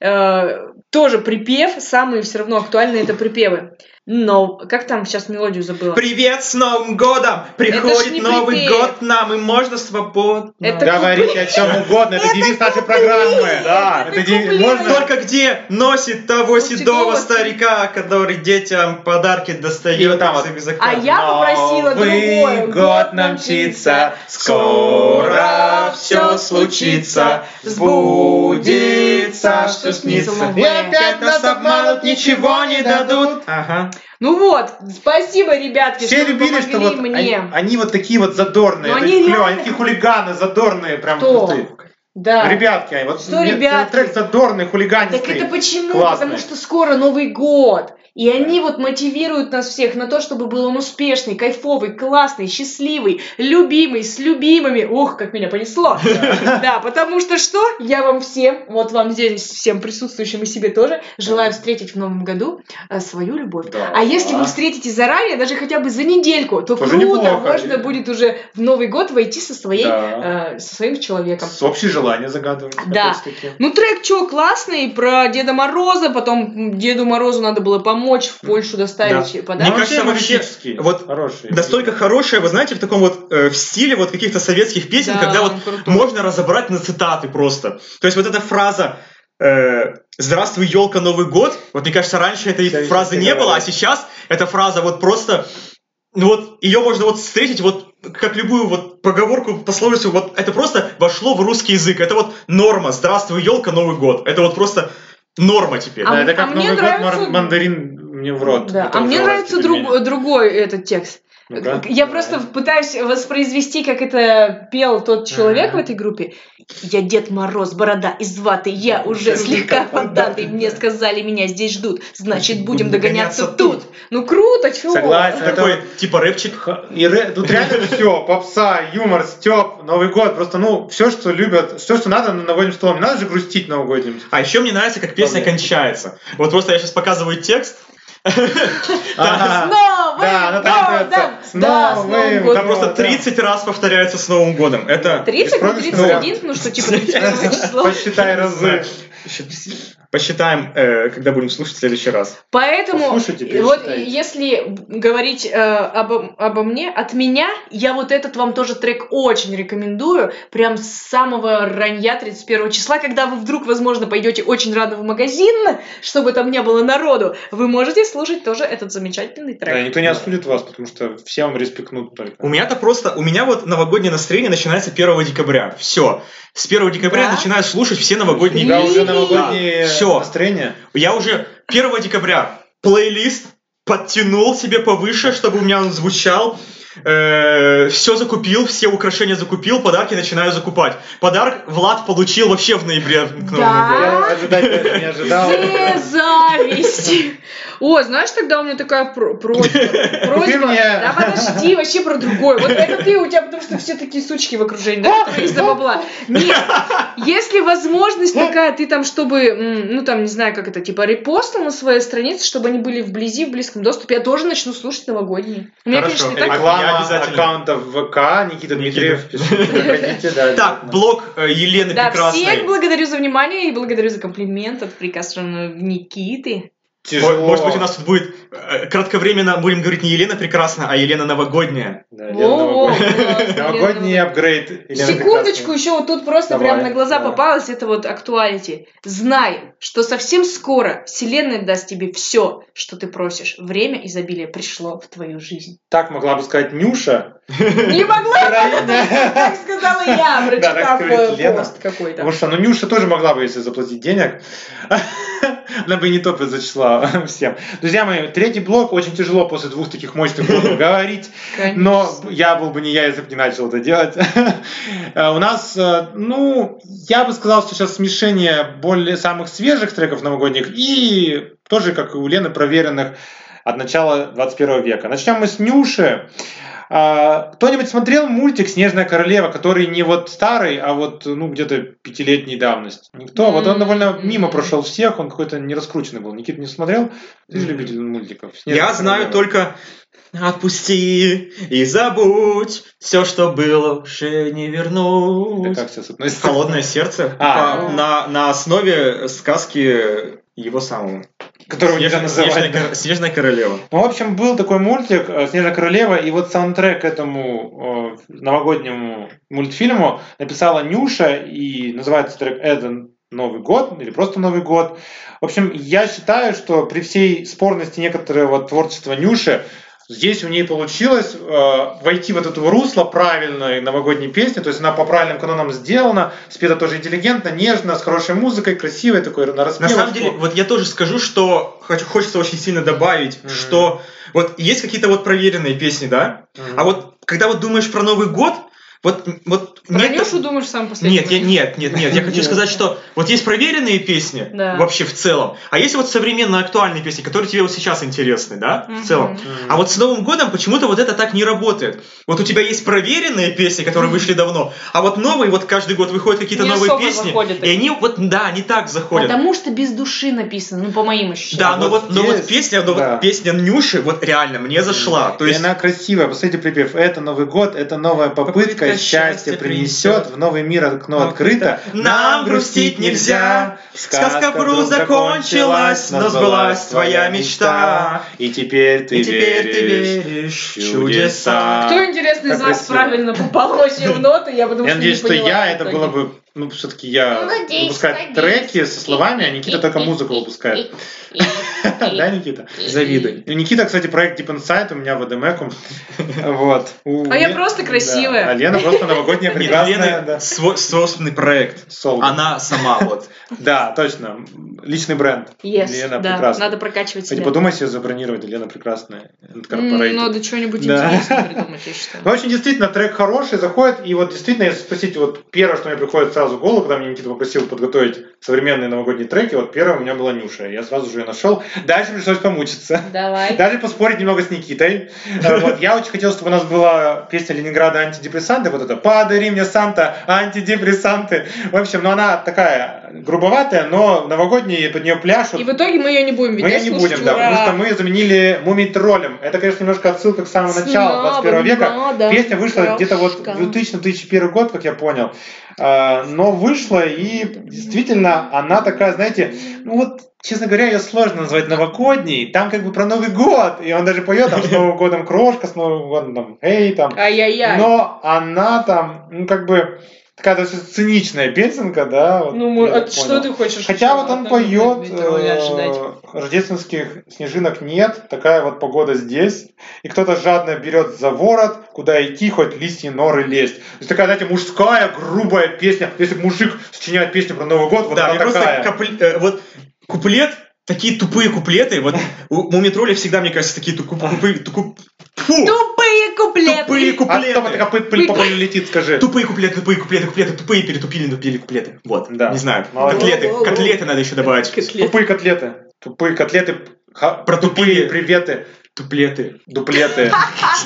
[SPEAKER 1] э, Тоже припев, самые все равно актуальные это припевы. Но как там сейчас мелодию забыла?
[SPEAKER 3] Привет с Новым годом!
[SPEAKER 1] ж
[SPEAKER 3] Приходит
[SPEAKER 1] не
[SPEAKER 3] Новый
[SPEAKER 1] припев.
[SPEAKER 3] год нам, и можно свободно.
[SPEAKER 1] Это
[SPEAKER 2] Говорите о чем угодно, это девиз нашей программы.
[SPEAKER 3] Да,
[SPEAKER 2] это
[SPEAKER 1] куплет.
[SPEAKER 2] девиз. Можно
[SPEAKER 3] Только где носит того
[SPEAKER 1] Носит
[SPEAKER 3] седого
[SPEAKER 1] того
[SPEAKER 3] старика, который детям подарки достает
[SPEAKER 2] И вот там
[SPEAKER 3] из-
[SPEAKER 2] вот.
[SPEAKER 3] из окна?
[SPEAKER 1] А я попросила другое.
[SPEAKER 2] Новый год нам мчится, скоро все случится, сбудется, что снится. И опять нас обманут, ничего не дадут.
[SPEAKER 3] Ага.
[SPEAKER 1] Ну вот, спасибо, ребятки,
[SPEAKER 2] Все
[SPEAKER 1] что вы
[SPEAKER 2] любили, что
[SPEAKER 1] помогли
[SPEAKER 2] вот они,
[SPEAKER 1] мне.
[SPEAKER 2] они вот такие вот задорные,
[SPEAKER 1] Но
[SPEAKER 2] это
[SPEAKER 1] они
[SPEAKER 2] клево,
[SPEAKER 1] реально-
[SPEAKER 2] они такие хулиганы, задорные, прям
[SPEAKER 1] Кто?
[SPEAKER 2] крутые.
[SPEAKER 1] Да.
[SPEAKER 2] Ребятки, они, вот
[SPEAKER 1] Что
[SPEAKER 2] мне
[SPEAKER 1] ребятки?
[SPEAKER 2] трек задорный, хулиганистый.
[SPEAKER 1] Так это почему?
[SPEAKER 2] Классный.
[SPEAKER 1] Потому что скоро Новый год. И они вот мотивируют нас всех на то, чтобы был он успешный, кайфовый, классный, счастливый, любимый, с любимыми. Ох, как меня понесло. *laughs* Да, потому что что? Я вам всем, вот вам здесь, всем присутствующим и себе тоже, желаю встретить в Новом году э, свою любовь.
[SPEAKER 2] *laughs* Да.
[SPEAKER 1] А если вы встретите заранее, даже хотя бы за недельку, то
[SPEAKER 2] Тоже
[SPEAKER 1] круто,
[SPEAKER 2] неплохо.
[SPEAKER 1] можно будет уже в Новый год войти со своей,
[SPEAKER 2] Да.
[SPEAKER 1] э, со своим человеком.
[SPEAKER 2] С общее желание загадывать.
[SPEAKER 1] Да.
[SPEAKER 2] опять-таки.
[SPEAKER 1] Ну, трек чё, классный, про Деда Мороза, потом м, Деду Морозу надо было помочь, помочь в Польшу доставить
[SPEAKER 2] Мне
[SPEAKER 1] подарки.
[SPEAKER 2] кажется,
[SPEAKER 3] кажется, вообще-
[SPEAKER 2] вообще
[SPEAKER 3] вот
[SPEAKER 2] хороший.
[SPEAKER 3] Настолько хорошая, вы знаете, в таком вот э, в стиле вот каких-то советских песен,
[SPEAKER 1] Да,
[SPEAKER 3] когда вот
[SPEAKER 1] он крутой.
[SPEAKER 3] можно разобрать на цитаты просто. То есть вот эта фраза э, «Здравствуй, елка, Новый год», вот мне кажется, раньше этой
[SPEAKER 2] Да,
[SPEAKER 3] фразы
[SPEAKER 2] я
[SPEAKER 3] не было, а
[SPEAKER 2] говорю.
[SPEAKER 3] сейчас эта фраза вот просто... Ну вот, ее можно вот встретить вот как любую вот поговорку, пословицу, вот это просто вошло в русский язык. Это вот норма «Здравствуй, елка, Новый год». Это вот просто норма теперь.
[SPEAKER 1] А
[SPEAKER 2] Да, это
[SPEAKER 1] м-
[SPEAKER 2] как
[SPEAKER 1] а мне
[SPEAKER 2] Новый год
[SPEAKER 1] нравится-
[SPEAKER 2] мар- мандарин мне в рот.
[SPEAKER 1] Да, А
[SPEAKER 2] который
[SPEAKER 1] мне
[SPEAKER 2] жевать
[SPEAKER 1] нравится
[SPEAKER 2] пельмени.
[SPEAKER 1] друг- другой этот текст.
[SPEAKER 2] Ну-ка.
[SPEAKER 1] Э, Я просто пытаюсь воспроизвести, как это пел тот человек в
[SPEAKER 2] Ага.
[SPEAKER 1] этой группе. Я Дед Мороз, борода из ваты, я уже слегка фонтанный. Мне сказали, меня здесь ждут, значит, будем догоняться тут. Ну круто, чего?
[SPEAKER 2] *laughs* Согласен. Это
[SPEAKER 3] Такой типа рэпчик.
[SPEAKER 2] Х- И рэ- тут реально
[SPEAKER 1] *laughs*
[SPEAKER 2] все, попса, юмор, степ, Новый год, просто, ну, все, что любят, все, что надо на новогоднем столе. Не надо же
[SPEAKER 1] *laughs*
[SPEAKER 2] грустить новогодним.
[SPEAKER 3] А еще мне нравится, как песня
[SPEAKER 2] Правда.
[SPEAKER 3] кончается. Вот просто я сейчас показываю текст.
[SPEAKER 1] С
[SPEAKER 2] Ага.
[SPEAKER 1] новым
[SPEAKER 2] Да, она так
[SPEAKER 1] годом!
[SPEAKER 2] называется. С
[SPEAKER 1] Да, с
[SPEAKER 2] новым
[SPEAKER 1] Новым
[SPEAKER 3] Там
[SPEAKER 1] годом.
[SPEAKER 3] просто
[SPEAKER 2] да.
[SPEAKER 3] 30 раз повторяется с Новым годом. Это
[SPEAKER 1] 30, ну
[SPEAKER 2] Бесконечно.
[SPEAKER 1] 31, ну что,
[SPEAKER 2] *laughs*
[SPEAKER 1] типа 31 число.
[SPEAKER 2] Посчитай разы.
[SPEAKER 3] посчитаем, э, когда будем слушать в следующий раз.
[SPEAKER 1] Поэтому
[SPEAKER 2] Слушайте,
[SPEAKER 1] вот
[SPEAKER 2] пересчитайте.
[SPEAKER 1] если говорить э, обо, обо мне, от меня, я вот этот вам тоже трек очень рекомендую. Прям с самого ранья 31 числа, когда вы вдруг, возможно, пойдете очень рано в магазин, чтобы там не было народу, вы можете слушать тоже этот замечательный
[SPEAKER 2] Да,
[SPEAKER 1] трек.
[SPEAKER 2] никто не осудит вас, потому что все вам респекнут только.
[SPEAKER 3] У меня-то просто, у меня вот новогоднее настроение начинается 1 декабря. Все. С 1 декабря
[SPEAKER 1] Да?
[SPEAKER 3] я начинаю слушать все новогодние
[SPEAKER 1] Да.
[SPEAKER 2] тебя
[SPEAKER 3] песни.
[SPEAKER 2] уже новогоднее
[SPEAKER 3] Да, всё.
[SPEAKER 2] настроение.
[SPEAKER 3] Я уже 1 декабря плейлист подтянул себе повыше, чтобы у меня он звучал. все закупил, все украшения закупил, подарки начинаю закупать. Подарок Влад получил вообще в ноябре к Новому
[SPEAKER 1] Да.
[SPEAKER 3] году.
[SPEAKER 2] Я ожидать даже не ожидал.
[SPEAKER 1] Э, зависть. О, знаешь, тогда у меня такая про- просьба. Просьба.
[SPEAKER 2] мне.
[SPEAKER 1] Да подожди, вообще про другое. Вот это ты, у тебя потому что все такие сучки в окружении, да, которые из-за бабла. Нет, если возможность такая, ты там, чтобы, м, ну там, не знаю, как это, типа репостал на своей странице, чтобы они были вблизи, в близком доступе, я тоже начну слушать новогодние. У меня,
[SPEAKER 3] Хорошо,
[SPEAKER 1] конечно, и так...
[SPEAKER 3] Я
[SPEAKER 2] Реклама
[SPEAKER 3] обязательно.
[SPEAKER 2] аккаунтов ВК, Никита Дмитриев, пишите, заходите, да.
[SPEAKER 3] Так, блог э, Елены
[SPEAKER 1] Да, всех
[SPEAKER 3] Прекрасной.
[SPEAKER 1] благодарю за внимание и благодарю за комплимент от прекрасного Никиты.
[SPEAKER 3] Мо-
[SPEAKER 2] Тяжело.
[SPEAKER 3] Может быть, у нас тут будет э, кратковременно будем говорить не Елена Прекрасная, а Елена Новогодняя.
[SPEAKER 2] Да, Лена *laughs*
[SPEAKER 1] Во-во,
[SPEAKER 2] Новогодняя.
[SPEAKER 1] класс,
[SPEAKER 2] Новогодний апгрейд. Елена
[SPEAKER 1] Секундочку,
[SPEAKER 2] Прекрасная.
[SPEAKER 1] еще вот тут просто
[SPEAKER 2] Давай,
[SPEAKER 1] прям на глаза
[SPEAKER 2] давай.
[SPEAKER 1] попалось, это вот актуалити. Знай, что совсем скоро Вселенная даст тебе все, что ты просишь. Время изобилия пришло в твою жизнь.
[SPEAKER 2] *laughs* Так могла бы сказать Нюша.
[SPEAKER 1] Не могла,
[SPEAKER 2] Правильно.
[SPEAKER 1] так сказала я,
[SPEAKER 2] Да, так
[SPEAKER 1] прочитав
[SPEAKER 2] говорит
[SPEAKER 1] э,
[SPEAKER 2] Лена.
[SPEAKER 1] пост какой-то.
[SPEAKER 2] *laughs* Потому что, ну, Нюша тоже могла бы, если заплатить денег. *laughs* Она бы не топы зачисла всем. Друзья мои, третий блок очень тяжело после двух таких мощных блоков говорить.
[SPEAKER 1] Конечно.
[SPEAKER 2] Но я был бы не я, если бы не начал это делать. *laughs* Э, У нас, э, ну, я бы сказал, что сейчас смешение более самых свежих треков новогодних и тоже, как и у Лены, проверенных от начала 21 века. Начнем мы с Нюши. А, Кто-нибудь смотрел мультик «Снежная королева», который не вот старый, а вот ну где-то пятилетней давности? Никто. Вот он довольно мимо прошел всех, он какой-то не раскрученный был. Никита не смотрел? Ты же любитель мультиков.
[SPEAKER 3] Я
[SPEAKER 2] «Снежная
[SPEAKER 3] знаю
[SPEAKER 2] королева».
[SPEAKER 3] только отпусти и забудь все, что было, уже не
[SPEAKER 2] Это
[SPEAKER 3] вернуть.
[SPEAKER 2] как сейчас относится?
[SPEAKER 3] Холодное сердце
[SPEAKER 2] А.
[SPEAKER 3] По- на, на основе сказки его самого.
[SPEAKER 2] которого нельзя
[SPEAKER 3] Снежная,
[SPEAKER 2] называть.
[SPEAKER 3] Снежная кор- Снежная королева.
[SPEAKER 2] Ну, в общем, был такой мультик э, «Снежная королева», и вот саундтрек к этому э, новогоднему мультфильму написала Нюша, и называется трек «Это Новый год» или просто «Новый год». В общем, я считаю, что при всей спорности некоторого творчества Нюши, здесь у ней получилось э, войти вот этого русло правильной новогодней песни, то есть она по правильным канонам сделана, спета тоже интеллигентно, нежно, с хорошей музыкой, красивой такой, на
[SPEAKER 3] На
[SPEAKER 2] распевочку.
[SPEAKER 3] самом деле, вот я тоже скажу, что хоч- хочется очень сильно добавить,
[SPEAKER 2] Мгм.
[SPEAKER 3] что вот есть какие-то вот проверенные песни, да?
[SPEAKER 2] Мгм.
[SPEAKER 3] А вот когда вот думаешь про Новый год, вот, вот
[SPEAKER 1] Про
[SPEAKER 3] нет
[SPEAKER 1] Нюшу думаешь сам последний?
[SPEAKER 3] Нет, я, нет, нет, нет. Я хочу
[SPEAKER 2] Нет.
[SPEAKER 3] сказать, что вот есть проверенные песни
[SPEAKER 1] Да.
[SPEAKER 3] вообще в целом, а есть вот современно актуальные песни, которые тебе вот сейчас интересны, да,
[SPEAKER 1] Мгм.
[SPEAKER 3] в целом.
[SPEAKER 2] Мгм.
[SPEAKER 3] А вот с Новым годом почему-то вот это так не работает. Вот у тебя есть проверенные песни, которые вышли давно, а вот новые, вот каждый год выходят какие-то
[SPEAKER 1] Не
[SPEAKER 3] новые
[SPEAKER 1] особо
[SPEAKER 3] песни,
[SPEAKER 1] заходят
[SPEAKER 3] и они вот, да, они так заходят.
[SPEAKER 1] Потому что без души написано, ну по моим
[SPEAKER 3] Да,
[SPEAKER 1] ощущениям.
[SPEAKER 3] но
[SPEAKER 2] Вот
[SPEAKER 3] вот, но вот
[SPEAKER 2] здесь,
[SPEAKER 3] песня, но
[SPEAKER 2] да.
[SPEAKER 3] вот песня Нюши вот реально мне зашла. То
[SPEAKER 2] И
[SPEAKER 3] есть
[SPEAKER 2] она красивая. Посмотрите припев. Это Новый год, это новая попытка, Всякое счастье принесет, в новый мир окно открыто.
[SPEAKER 3] Нам грустить нельзя. Сказка Пру закончилась, но сбылась твоя мечта.
[SPEAKER 2] И теперь ты
[SPEAKER 3] И теперь ты
[SPEAKER 2] веришь.
[SPEAKER 3] веришь в
[SPEAKER 2] чудеса.
[SPEAKER 3] чудеса.
[SPEAKER 1] Кто, интересно, из
[SPEAKER 2] Как
[SPEAKER 1] вас
[SPEAKER 2] красиво.
[SPEAKER 1] правильно попал вообще в ноты? Я потому
[SPEAKER 2] Я
[SPEAKER 1] что не
[SPEAKER 2] надеюсь, что
[SPEAKER 1] поняла
[SPEAKER 2] я,
[SPEAKER 1] в
[SPEAKER 2] это
[SPEAKER 1] итоге.
[SPEAKER 2] было бы, ну, все-таки я
[SPEAKER 4] Ну, надеюсь,
[SPEAKER 2] выпускаю
[SPEAKER 4] надеюсь.
[SPEAKER 2] треки со словами, а Никита только музыку выпускает. *laughs* Да, Никита?
[SPEAKER 3] Завидуй.
[SPEAKER 2] Ну, Никита, кстати, проект Deep Insight у меня в ADMEC. Вот. У
[SPEAKER 1] А я
[SPEAKER 2] Ле-
[SPEAKER 1] просто
[SPEAKER 2] Да.
[SPEAKER 1] красивая.
[SPEAKER 2] А Лена
[SPEAKER 1] *laughs*
[SPEAKER 2] просто новогодняя
[SPEAKER 3] Нет, Лены
[SPEAKER 2] прекрасная. да.
[SPEAKER 3] свой собственный проект.
[SPEAKER 2] Сол.
[SPEAKER 1] А-
[SPEAKER 3] Она сама *laughs* вот.
[SPEAKER 2] Да, точно. Личный бренд.
[SPEAKER 1] Yes,
[SPEAKER 2] Лена
[SPEAKER 1] да,
[SPEAKER 2] прекрасна.
[SPEAKER 1] надо прокачивать
[SPEAKER 2] Кстати,
[SPEAKER 1] себя.
[SPEAKER 2] подумай себе забронировать Лена прекрасная.
[SPEAKER 1] М, ну
[SPEAKER 2] Corporated.
[SPEAKER 1] Надо что-нибудь
[SPEAKER 2] Да.
[SPEAKER 1] интересное придумать, я считаю.
[SPEAKER 2] Ну, в общем, действительно, трек хороший, заходит. И вот действительно, если спросить, вот первое, что мне приходит сразу в голову, когда меня Никита попросил подготовить современные новогодние треки, вот первое у меня была Нюша. Я сразу же ее нашел. Дальше пришлось помучиться.
[SPEAKER 4] Давай.
[SPEAKER 2] Даже поспорить немного с Никитой. Э, Вот, я очень хотел, чтобы у нас была песня Ленинграда «Антидепрессанты». Вот это «Подари мне, Санта, антидепрессанты». В общем, ну она такая грубоватая, но новогодняя, под нее пляшут.
[SPEAKER 1] И в итоге мы ее не будем
[SPEAKER 2] Мы
[SPEAKER 1] видеть.
[SPEAKER 2] ее не будем, да, потому что мы ее заменили мумий троллем. Это, конечно, немножко отсылка к самому началу 21 века. Песня вышла где-то вот 2000-2001 год, как я понял. А, Но вышла, и действительно, она такая, знаете, ну вот, честно говоря, ее сложно назвать новогодней. Там как бы про Новый год, и он даже
[SPEAKER 1] *laughs*
[SPEAKER 2] поет там с Новым годом крошка, с Новым годом там, эй, там.
[SPEAKER 1] Ай-яй-яй.
[SPEAKER 2] Но она там, ну как бы, такая достаточно циничная песенка, да. вот
[SPEAKER 1] Ну, мы-
[SPEAKER 2] я
[SPEAKER 1] а
[SPEAKER 2] так
[SPEAKER 1] что
[SPEAKER 2] понял.
[SPEAKER 1] ты хочешь?
[SPEAKER 2] Хотя
[SPEAKER 1] чтобы
[SPEAKER 2] вот он
[SPEAKER 1] там
[SPEAKER 2] поет,
[SPEAKER 1] от Петрова ожидать?
[SPEAKER 2] э, рождественских снежинок нет, такая вот погода здесь, и кто-то жадно берет за ворот, куда идти, хоть листья норы лезть. То есть такая, знаете, мужская грубая песня. Если бы мужик сочиняет песню про Новый год, вот
[SPEAKER 3] Да,
[SPEAKER 2] она
[SPEAKER 3] мне просто
[SPEAKER 2] такая.
[SPEAKER 3] капли- э, вот куплет, такие тупые куплеты. Вот у Мумитроли всегда, мне кажется, такие туку- тупые туку- фу,
[SPEAKER 1] Тупые куплеты.
[SPEAKER 3] тупые
[SPEAKER 2] А потом это
[SPEAKER 3] куплеты.
[SPEAKER 2] копыт пыль по полю летит, скажи.
[SPEAKER 3] Тупые куплеты, тупые куплеты, куплеты, тупые перетупили, тупили куплеты. Вот,
[SPEAKER 2] Да.
[SPEAKER 3] не знаю.
[SPEAKER 2] Молодец.
[SPEAKER 3] Котлеты,
[SPEAKER 1] Воу-воу-воу.
[SPEAKER 3] котлеты надо еще добавить.
[SPEAKER 1] Котлеты.
[SPEAKER 2] Тупые котлеты. Тупые котлеты. ха-
[SPEAKER 3] Про
[SPEAKER 2] тупые
[SPEAKER 3] тупые.
[SPEAKER 2] приветы.
[SPEAKER 3] Туплеты. *laughs*
[SPEAKER 2] Дуплеты.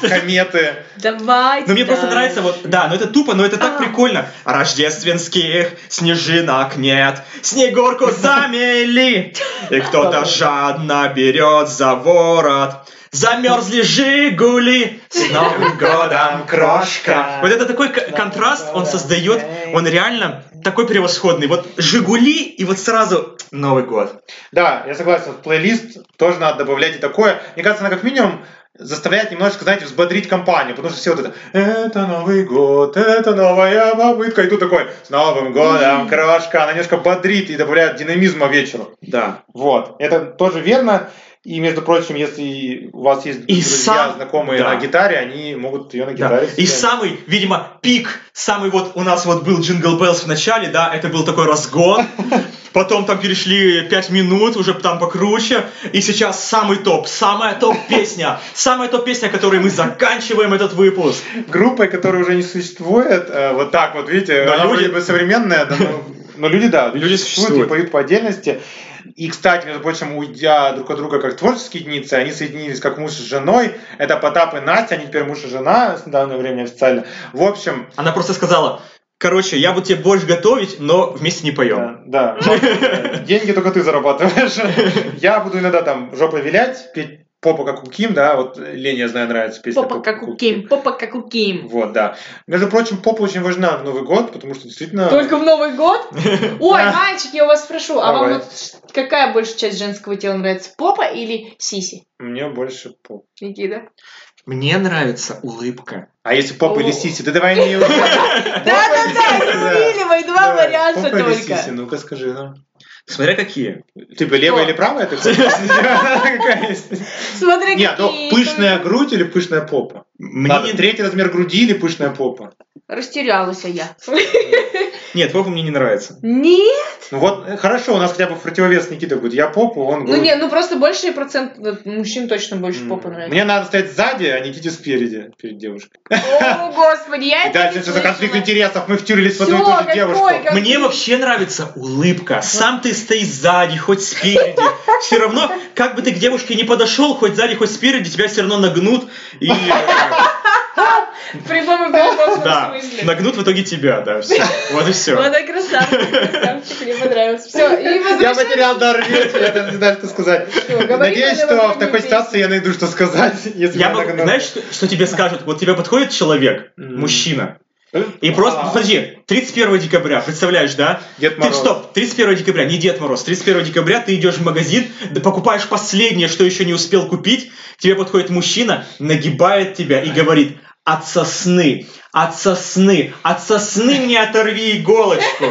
[SPEAKER 2] Кометы.
[SPEAKER 1] Давайте.
[SPEAKER 2] Ну,
[SPEAKER 3] Но Ну, мне просто
[SPEAKER 1] да.
[SPEAKER 3] нравится вот, да, но это тупо, но это так
[SPEAKER 1] А.
[SPEAKER 3] прикольно. Рождественских снежинок нет, снегурку замели, и кто-то жадно берет за ворот. Замерзли жигули, с Новым годом, крошка. Вот это такой к- контраст он создает, он реально такой превосходный. Вот жигули и вот сразу Новый год.
[SPEAKER 2] Да, я согласен, в плейлист тоже надо добавлять и такое. Мне кажется, она как минимум заставляет немножечко, знаете, взбодрить компанию, потому что все вот это «Это Новый год, это новая попытка», и тут такой «С Новым годом, крошка!» Она немножко бодрит и добавляет динамизма вечеру.
[SPEAKER 3] Да.
[SPEAKER 2] Вот, это тоже верно. И, между прочим, если у вас есть
[SPEAKER 3] И
[SPEAKER 2] друзья,
[SPEAKER 3] сам-
[SPEAKER 2] знакомые
[SPEAKER 3] да.
[SPEAKER 2] на гитаре, они могут ее на
[SPEAKER 3] Да.
[SPEAKER 2] гитаре.
[SPEAKER 3] И самый, видимо, пик, самый вот у нас вот был Джингл Беллс в начале, да, это был такой разгон, потом там перешли 5 минут, уже там покруче, и сейчас самый топ, самая топ-песня, самая топ-песня, которой мы заканчиваем этот выпуск.
[SPEAKER 2] группой, которая уже не существует, э, вот так вот, видите,
[SPEAKER 3] Но
[SPEAKER 2] она
[SPEAKER 3] люди-
[SPEAKER 2] вроде бы современная, да, но, но люди, да,
[SPEAKER 3] Люди существуют.
[SPEAKER 2] и поют по отдельности. И, кстати, между прочим, уйдя друг от друга как творческие единицы, они соединились как муж с женой. Это Потап и Настя, они теперь муж и жена с недавнего времени официально. В общем,
[SPEAKER 3] Она просто сказала, короче, я буду тебе борщ готовить, но вместе не поем.
[SPEAKER 2] да, да.
[SPEAKER 3] *laughs*
[SPEAKER 2] деньги только ты зарабатываешь. Я буду иногда там жопой вилять, петь попа как у Ким, да, вот Лене, я знаю, нравится песня
[SPEAKER 1] Попа как у Ким, попа как у Ким.
[SPEAKER 2] Вот, да. Между прочим, попа очень важна в Новый год, потому что действительно...
[SPEAKER 1] Только в Новый
[SPEAKER 2] *laughs*
[SPEAKER 1] год? Ой, мальчики, я у вас спрошу, а вам
[SPEAKER 2] Давай.
[SPEAKER 1] вот какая большая часть женского тела нравится, попа или сиси?
[SPEAKER 2] Мне больше поп.
[SPEAKER 1] Никита.
[SPEAKER 3] Мне нравится улыбка.
[SPEAKER 2] А если попа
[SPEAKER 1] О.
[SPEAKER 2] или сиси? Да
[SPEAKER 1] *laughs*
[SPEAKER 2] давай не... Да-да-да,
[SPEAKER 1] Да-да-да, Юрилевой, два варианта только.
[SPEAKER 2] ну-ка скажи нам.
[SPEAKER 3] Смотря какие.
[SPEAKER 2] Типа левая или правая? ты
[SPEAKER 1] *laughs*
[SPEAKER 2] хочешь? Какая есть?
[SPEAKER 1] Смотри,
[SPEAKER 2] Не, ну
[SPEAKER 1] какие.
[SPEAKER 2] пышная грудь или пышная попа?
[SPEAKER 3] Мне
[SPEAKER 2] Ладно,
[SPEAKER 3] не-
[SPEAKER 2] третий размер груди или пышная попа?
[SPEAKER 1] Растерялась а я.
[SPEAKER 3] Нет, попа мне не нравится.
[SPEAKER 1] Не?
[SPEAKER 2] Ну вот, э, хорошо, у нас хотя бы в противовес Никита будет. Я попу, он
[SPEAKER 1] Ну
[SPEAKER 2] грудь.
[SPEAKER 1] не, ну просто больший процент э, мужчин точно больше
[SPEAKER 2] М.
[SPEAKER 1] попа нравится.
[SPEAKER 2] Мне надо стоять сзади, а Никите спереди, перед девушкой.
[SPEAKER 1] О, господи, я
[SPEAKER 2] И
[SPEAKER 1] это
[SPEAKER 2] дальше
[SPEAKER 1] не
[SPEAKER 2] что-то конфликт
[SPEAKER 1] слышала.
[SPEAKER 2] интересов, мы втюрились в одну и
[SPEAKER 1] Всё,
[SPEAKER 2] ту же
[SPEAKER 1] какой
[SPEAKER 2] девушку.
[SPEAKER 1] конфликт?
[SPEAKER 3] Мне вообще нравится улыбка. Сам ты стоишь сзади, хоть спереди. Все равно, как бы ты к девушке не подошел, хоть сзади, хоть спереди, тебя все равно нагнут.
[SPEAKER 1] *laughs*
[SPEAKER 3] И, э,
[SPEAKER 1] В прямом и переносном
[SPEAKER 3] да,
[SPEAKER 1] смысле.
[SPEAKER 3] нагнут в итоге тебя, да. всё. Вот и все.
[SPEAKER 1] Вот и красавчик, красавчик, мне понравился. Все, и
[SPEAKER 2] Я
[SPEAKER 1] возвращаемся.
[SPEAKER 2] потерял дар речи, я даже не знаю, что сказать.
[SPEAKER 1] Всё, говори,
[SPEAKER 2] Надеюсь,
[SPEAKER 1] надо
[SPEAKER 2] что в
[SPEAKER 1] новогоднюю
[SPEAKER 2] такой
[SPEAKER 1] песню.
[SPEAKER 2] ситуации я найду, что сказать. *laughs* если меня
[SPEAKER 3] Я бы,
[SPEAKER 2] догнут.
[SPEAKER 3] знаешь, что, что тебе скажут? Вот тебе подходит человек,
[SPEAKER 2] М.
[SPEAKER 3] мужчина, И просто, подожди, 31 декабря, представляешь, да?
[SPEAKER 2] А, Дед
[SPEAKER 3] Ты,
[SPEAKER 2] Мороз.
[SPEAKER 3] стоп, 31 декабря, не Дед Мороз, 31 декабря ты идешь в магазин, да покупаешь последнее, что еще не успел купить, к тебе подходит мужчина, нагибает тебя и говорит, от сосны, от сосны, от сосны мне оторви иголочку.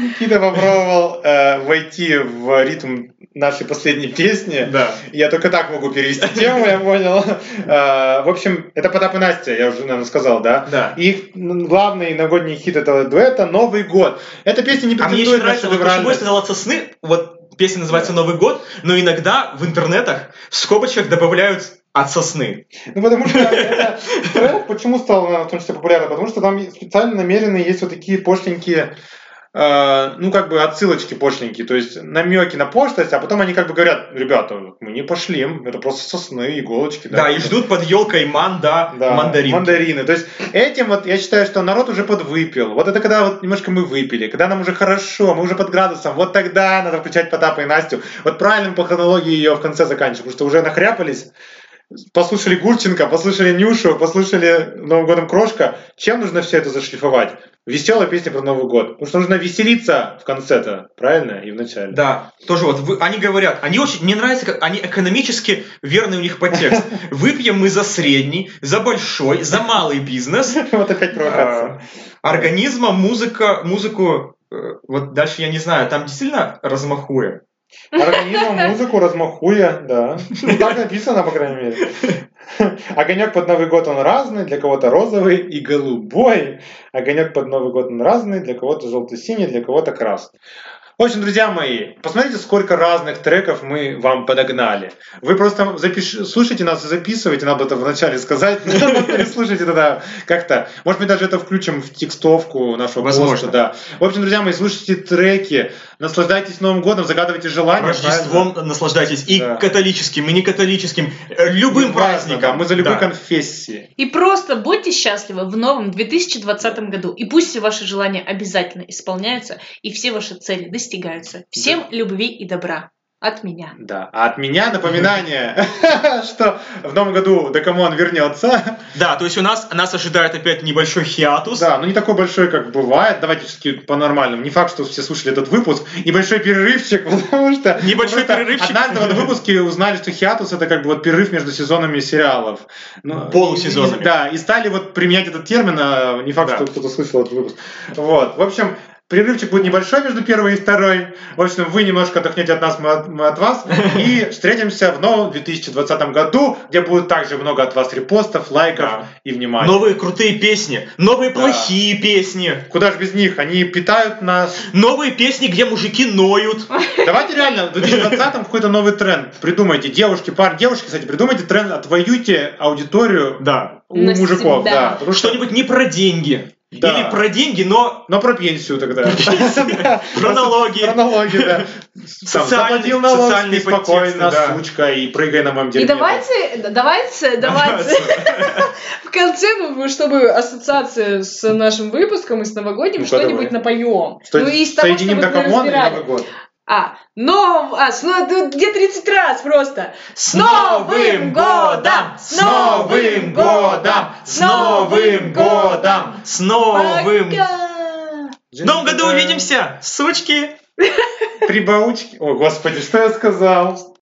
[SPEAKER 2] Никита попробовал э, войти в ритм нашей последней песни.
[SPEAKER 3] *laughs* Да.
[SPEAKER 2] Я только так могу перевести *laughs* тему, я понял. Э, в общем, это Потап и Настя, я уже, наверное, сказал, да?
[SPEAKER 3] Да.
[SPEAKER 2] Их м, главный новогодний хит этого дуэта «Новый год». Эта песня не
[SPEAKER 3] А мне еще
[SPEAKER 2] претендует на
[SPEAKER 3] нравится, вот почему я
[SPEAKER 2] шедевральность.
[SPEAKER 3] сказал от сосны, вот песня называется «Новый год», но иногда в интернетах в скобочках добавляют от сосны.
[SPEAKER 2] Ну, потому что это трек почему стал наверное, в том числе популярным? Потому что там специально намеренно есть вот такие пошленькие, э, ну, как бы отсылочки пошленькие, то есть намеки на пошлость, а потом они как бы говорят, ребята, мы не пошлим, это просто сосны, иголочки.
[SPEAKER 3] Да, и ждут под елкой манда,
[SPEAKER 2] Да,
[SPEAKER 3] мандарин.
[SPEAKER 2] мандарины. То есть этим вот я считаю, что народ уже подвыпил. Вот это когда вот немножко мы выпили, когда нам уже хорошо, мы уже под градусом, вот тогда надо включать Потапа и Настю. Вот правильно по хронологии ее в конце заканчиваем, потому что уже нахряпались, послушали Гурченко, послушали Нюшу, послушали Новым годом Крошка. Чем нужно все это зашлифовать? Веселая песня про Новый год. Потому что нужно веселиться в конце-то, правильно? И в начале. *laughs*
[SPEAKER 3] Да, тоже вот вы- они говорят, они очень, мне нравится, как они экономически верный у них подтекст. Выпьем мы за средний, за большой, за
[SPEAKER 2] *laughs*
[SPEAKER 3] малый бизнес,
[SPEAKER 2] Вот опять провокация.
[SPEAKER 3] А, организма, музыка, музыку, э, вот дальше я не знаю, там действительно размахуя.
[SPEAKER 2] Организм, музыку, размахуя, да. Ну, так написано, по крайней мере. Огонек под Новый год он разный, для кого-то розовый и голубой. Огонек под Новый год он разный, для кого-то желто-синий, для кого-то красный. В общем, друзья мои, посмотрите, сколько разных треков мы вам подогнали. Вы просто запиш- слушайте нас и записывайте, надо это вначале сказать, *laughs* но переслушайте тогда как-то. Может быть, даже это включим в текстовку нашего поста.
[SPEAKER 3] Возможно.
[SPEAKER 2] Да. В общем, друзья мои, слушайте треки, наслаждайтесь Новым годом, загадывайте желания.
[SPEAKER 3] Рождеством наслаждайтесь и
[SPEAKER 2] Да.
[SPEAKER 3] католическим, и некатолическим, э, любым
[SPEAKER 2] любым
[SPEAKER 3] праздником.
[SPEAKER 2] Мы за любой
[SPEAKER 3] Да.
[SPEAKER 2] конфессии.
[SPEAKER 1] И просто будьте счастливы в новом 2020 году. И пусть все ваши желания обязательно исполняются, и все ваши цели достигаются. Всем любви и добра от меня.
[SPEAKER 2] Да. А от меня напоминание, *laughs* что в новом году Декамон вернется.
[SPEAKER 3] Да, то есть у нас нас ожидает опять небольшой хиатус.
[SPEAKER 2] Да, но не такой большой, как бывает. Давайте все-таки по-нормальному. Не факт, что все слушали этот выпуск. Небольшой перерывчик, *laughs* потому что...
[SPEAKER 3] Небольшой
[SPEAKER 2] просто
[SPEAKER 3] перерывчик.
[SPEAKER 2] Однажды вот в выпуске узнали, что хиатус это как бы вот перерыв между сезонами сериалов. Ну,
[SPEAKER 3] Полусезонами.
[SPEAKER 2] и- и- Да, и стали вот применять этот термин, а не факт,
[SPEAKER 3] Да.
[SPEAKER 2] что кто-то слышал этот выпуск. Вот, в общем, Прерывчик будет небольшой между первой и второй. В общем, вы немножко отдохнете от нас, мы от, мы от вас. И встретимся в новом 2020 году, где будет также много от вас репостов, лайков
[SPEAKER 3] Да. Ну,
[SPEAKER 2] и внимания.
[SPEAKER 3] Новые крутые песни, новые
[SPEAKER 2] Да.
[SPEAKER 3] плохие песни,
[SPEAKER 2] Куда же без них? Они питают нас.
[SPEAKER 3] новые песни, где мужики ноют.
[SPEAKER 2] Давайте реально в 2020 какой-то новый тренд. Придумайте, девушки, парни, девушки, кстати, придумайте тренд, отвоюйте аудиторию
[SPEAKER 3] Да.
[SPEAKER 2] у
[SPEAKER 1] На
[SPEAKER 2] мужиков.
[SPEAKER 1] себя.
[SPEAKER 2] Да. Потому что-
[SPEAKER 3] Ну, Что-нибудь не про деньги.
[SPEAKER 2] Да.
[SPEAKER 3] Или про деньги, но
[SPEAKER 2] Но про пенсию тогда.
[SPEAKER 3] *laughs* про налоги.
[SPEAKER 2] Про налоги, да. Там,
[SPEAKER 3] Социальный-
[SPEAKER 2] заплатил налог,
[SPEAKER 3] социальные
[SPEAKER 2] и спокойно,
[SPEAKER 3] подтексты, да.
[SPEAKER 2] сучка, и прыгай на моем
[SPEAKER 1] И
[SPEAKER 2] дерьме.
[SPEAKER 1] давайте, давайте, давайте.
[SPEAKER 2] *laughs*
[SPEAKER 1] В конце, мы, чтобы ассоциация с нашим выпуском и с новогодним,
[SPEAKER 2] Ну-ка,
[SPEAKER 1] что-нибудь
[SPEAKER 2] Ну, давай.
[SPEAKER 1] напоем.
[SPEAKER 2] Что-
[SPEAKER 1] ну и из того, что
[SPEAKER 2] Соединим
[SPEAKER 1] вот мы
[SPEAKER 2] Докамон и
[SPEAKER 1] разбирали.
[SPEAKER 2] Новый год.
[SPEAKER 1] А, но, а, с- ну, тут где 30 раз просто. С Новым годом!
[SPEAKER 3] С Новым годом! С Новым годом! С Новым
[SPEAKER 1] Пока!
[SPEAKER 3] В новом году увидимся, сучки!
[SPEAKER 2] Прибаучки. О, господи, что я сказал?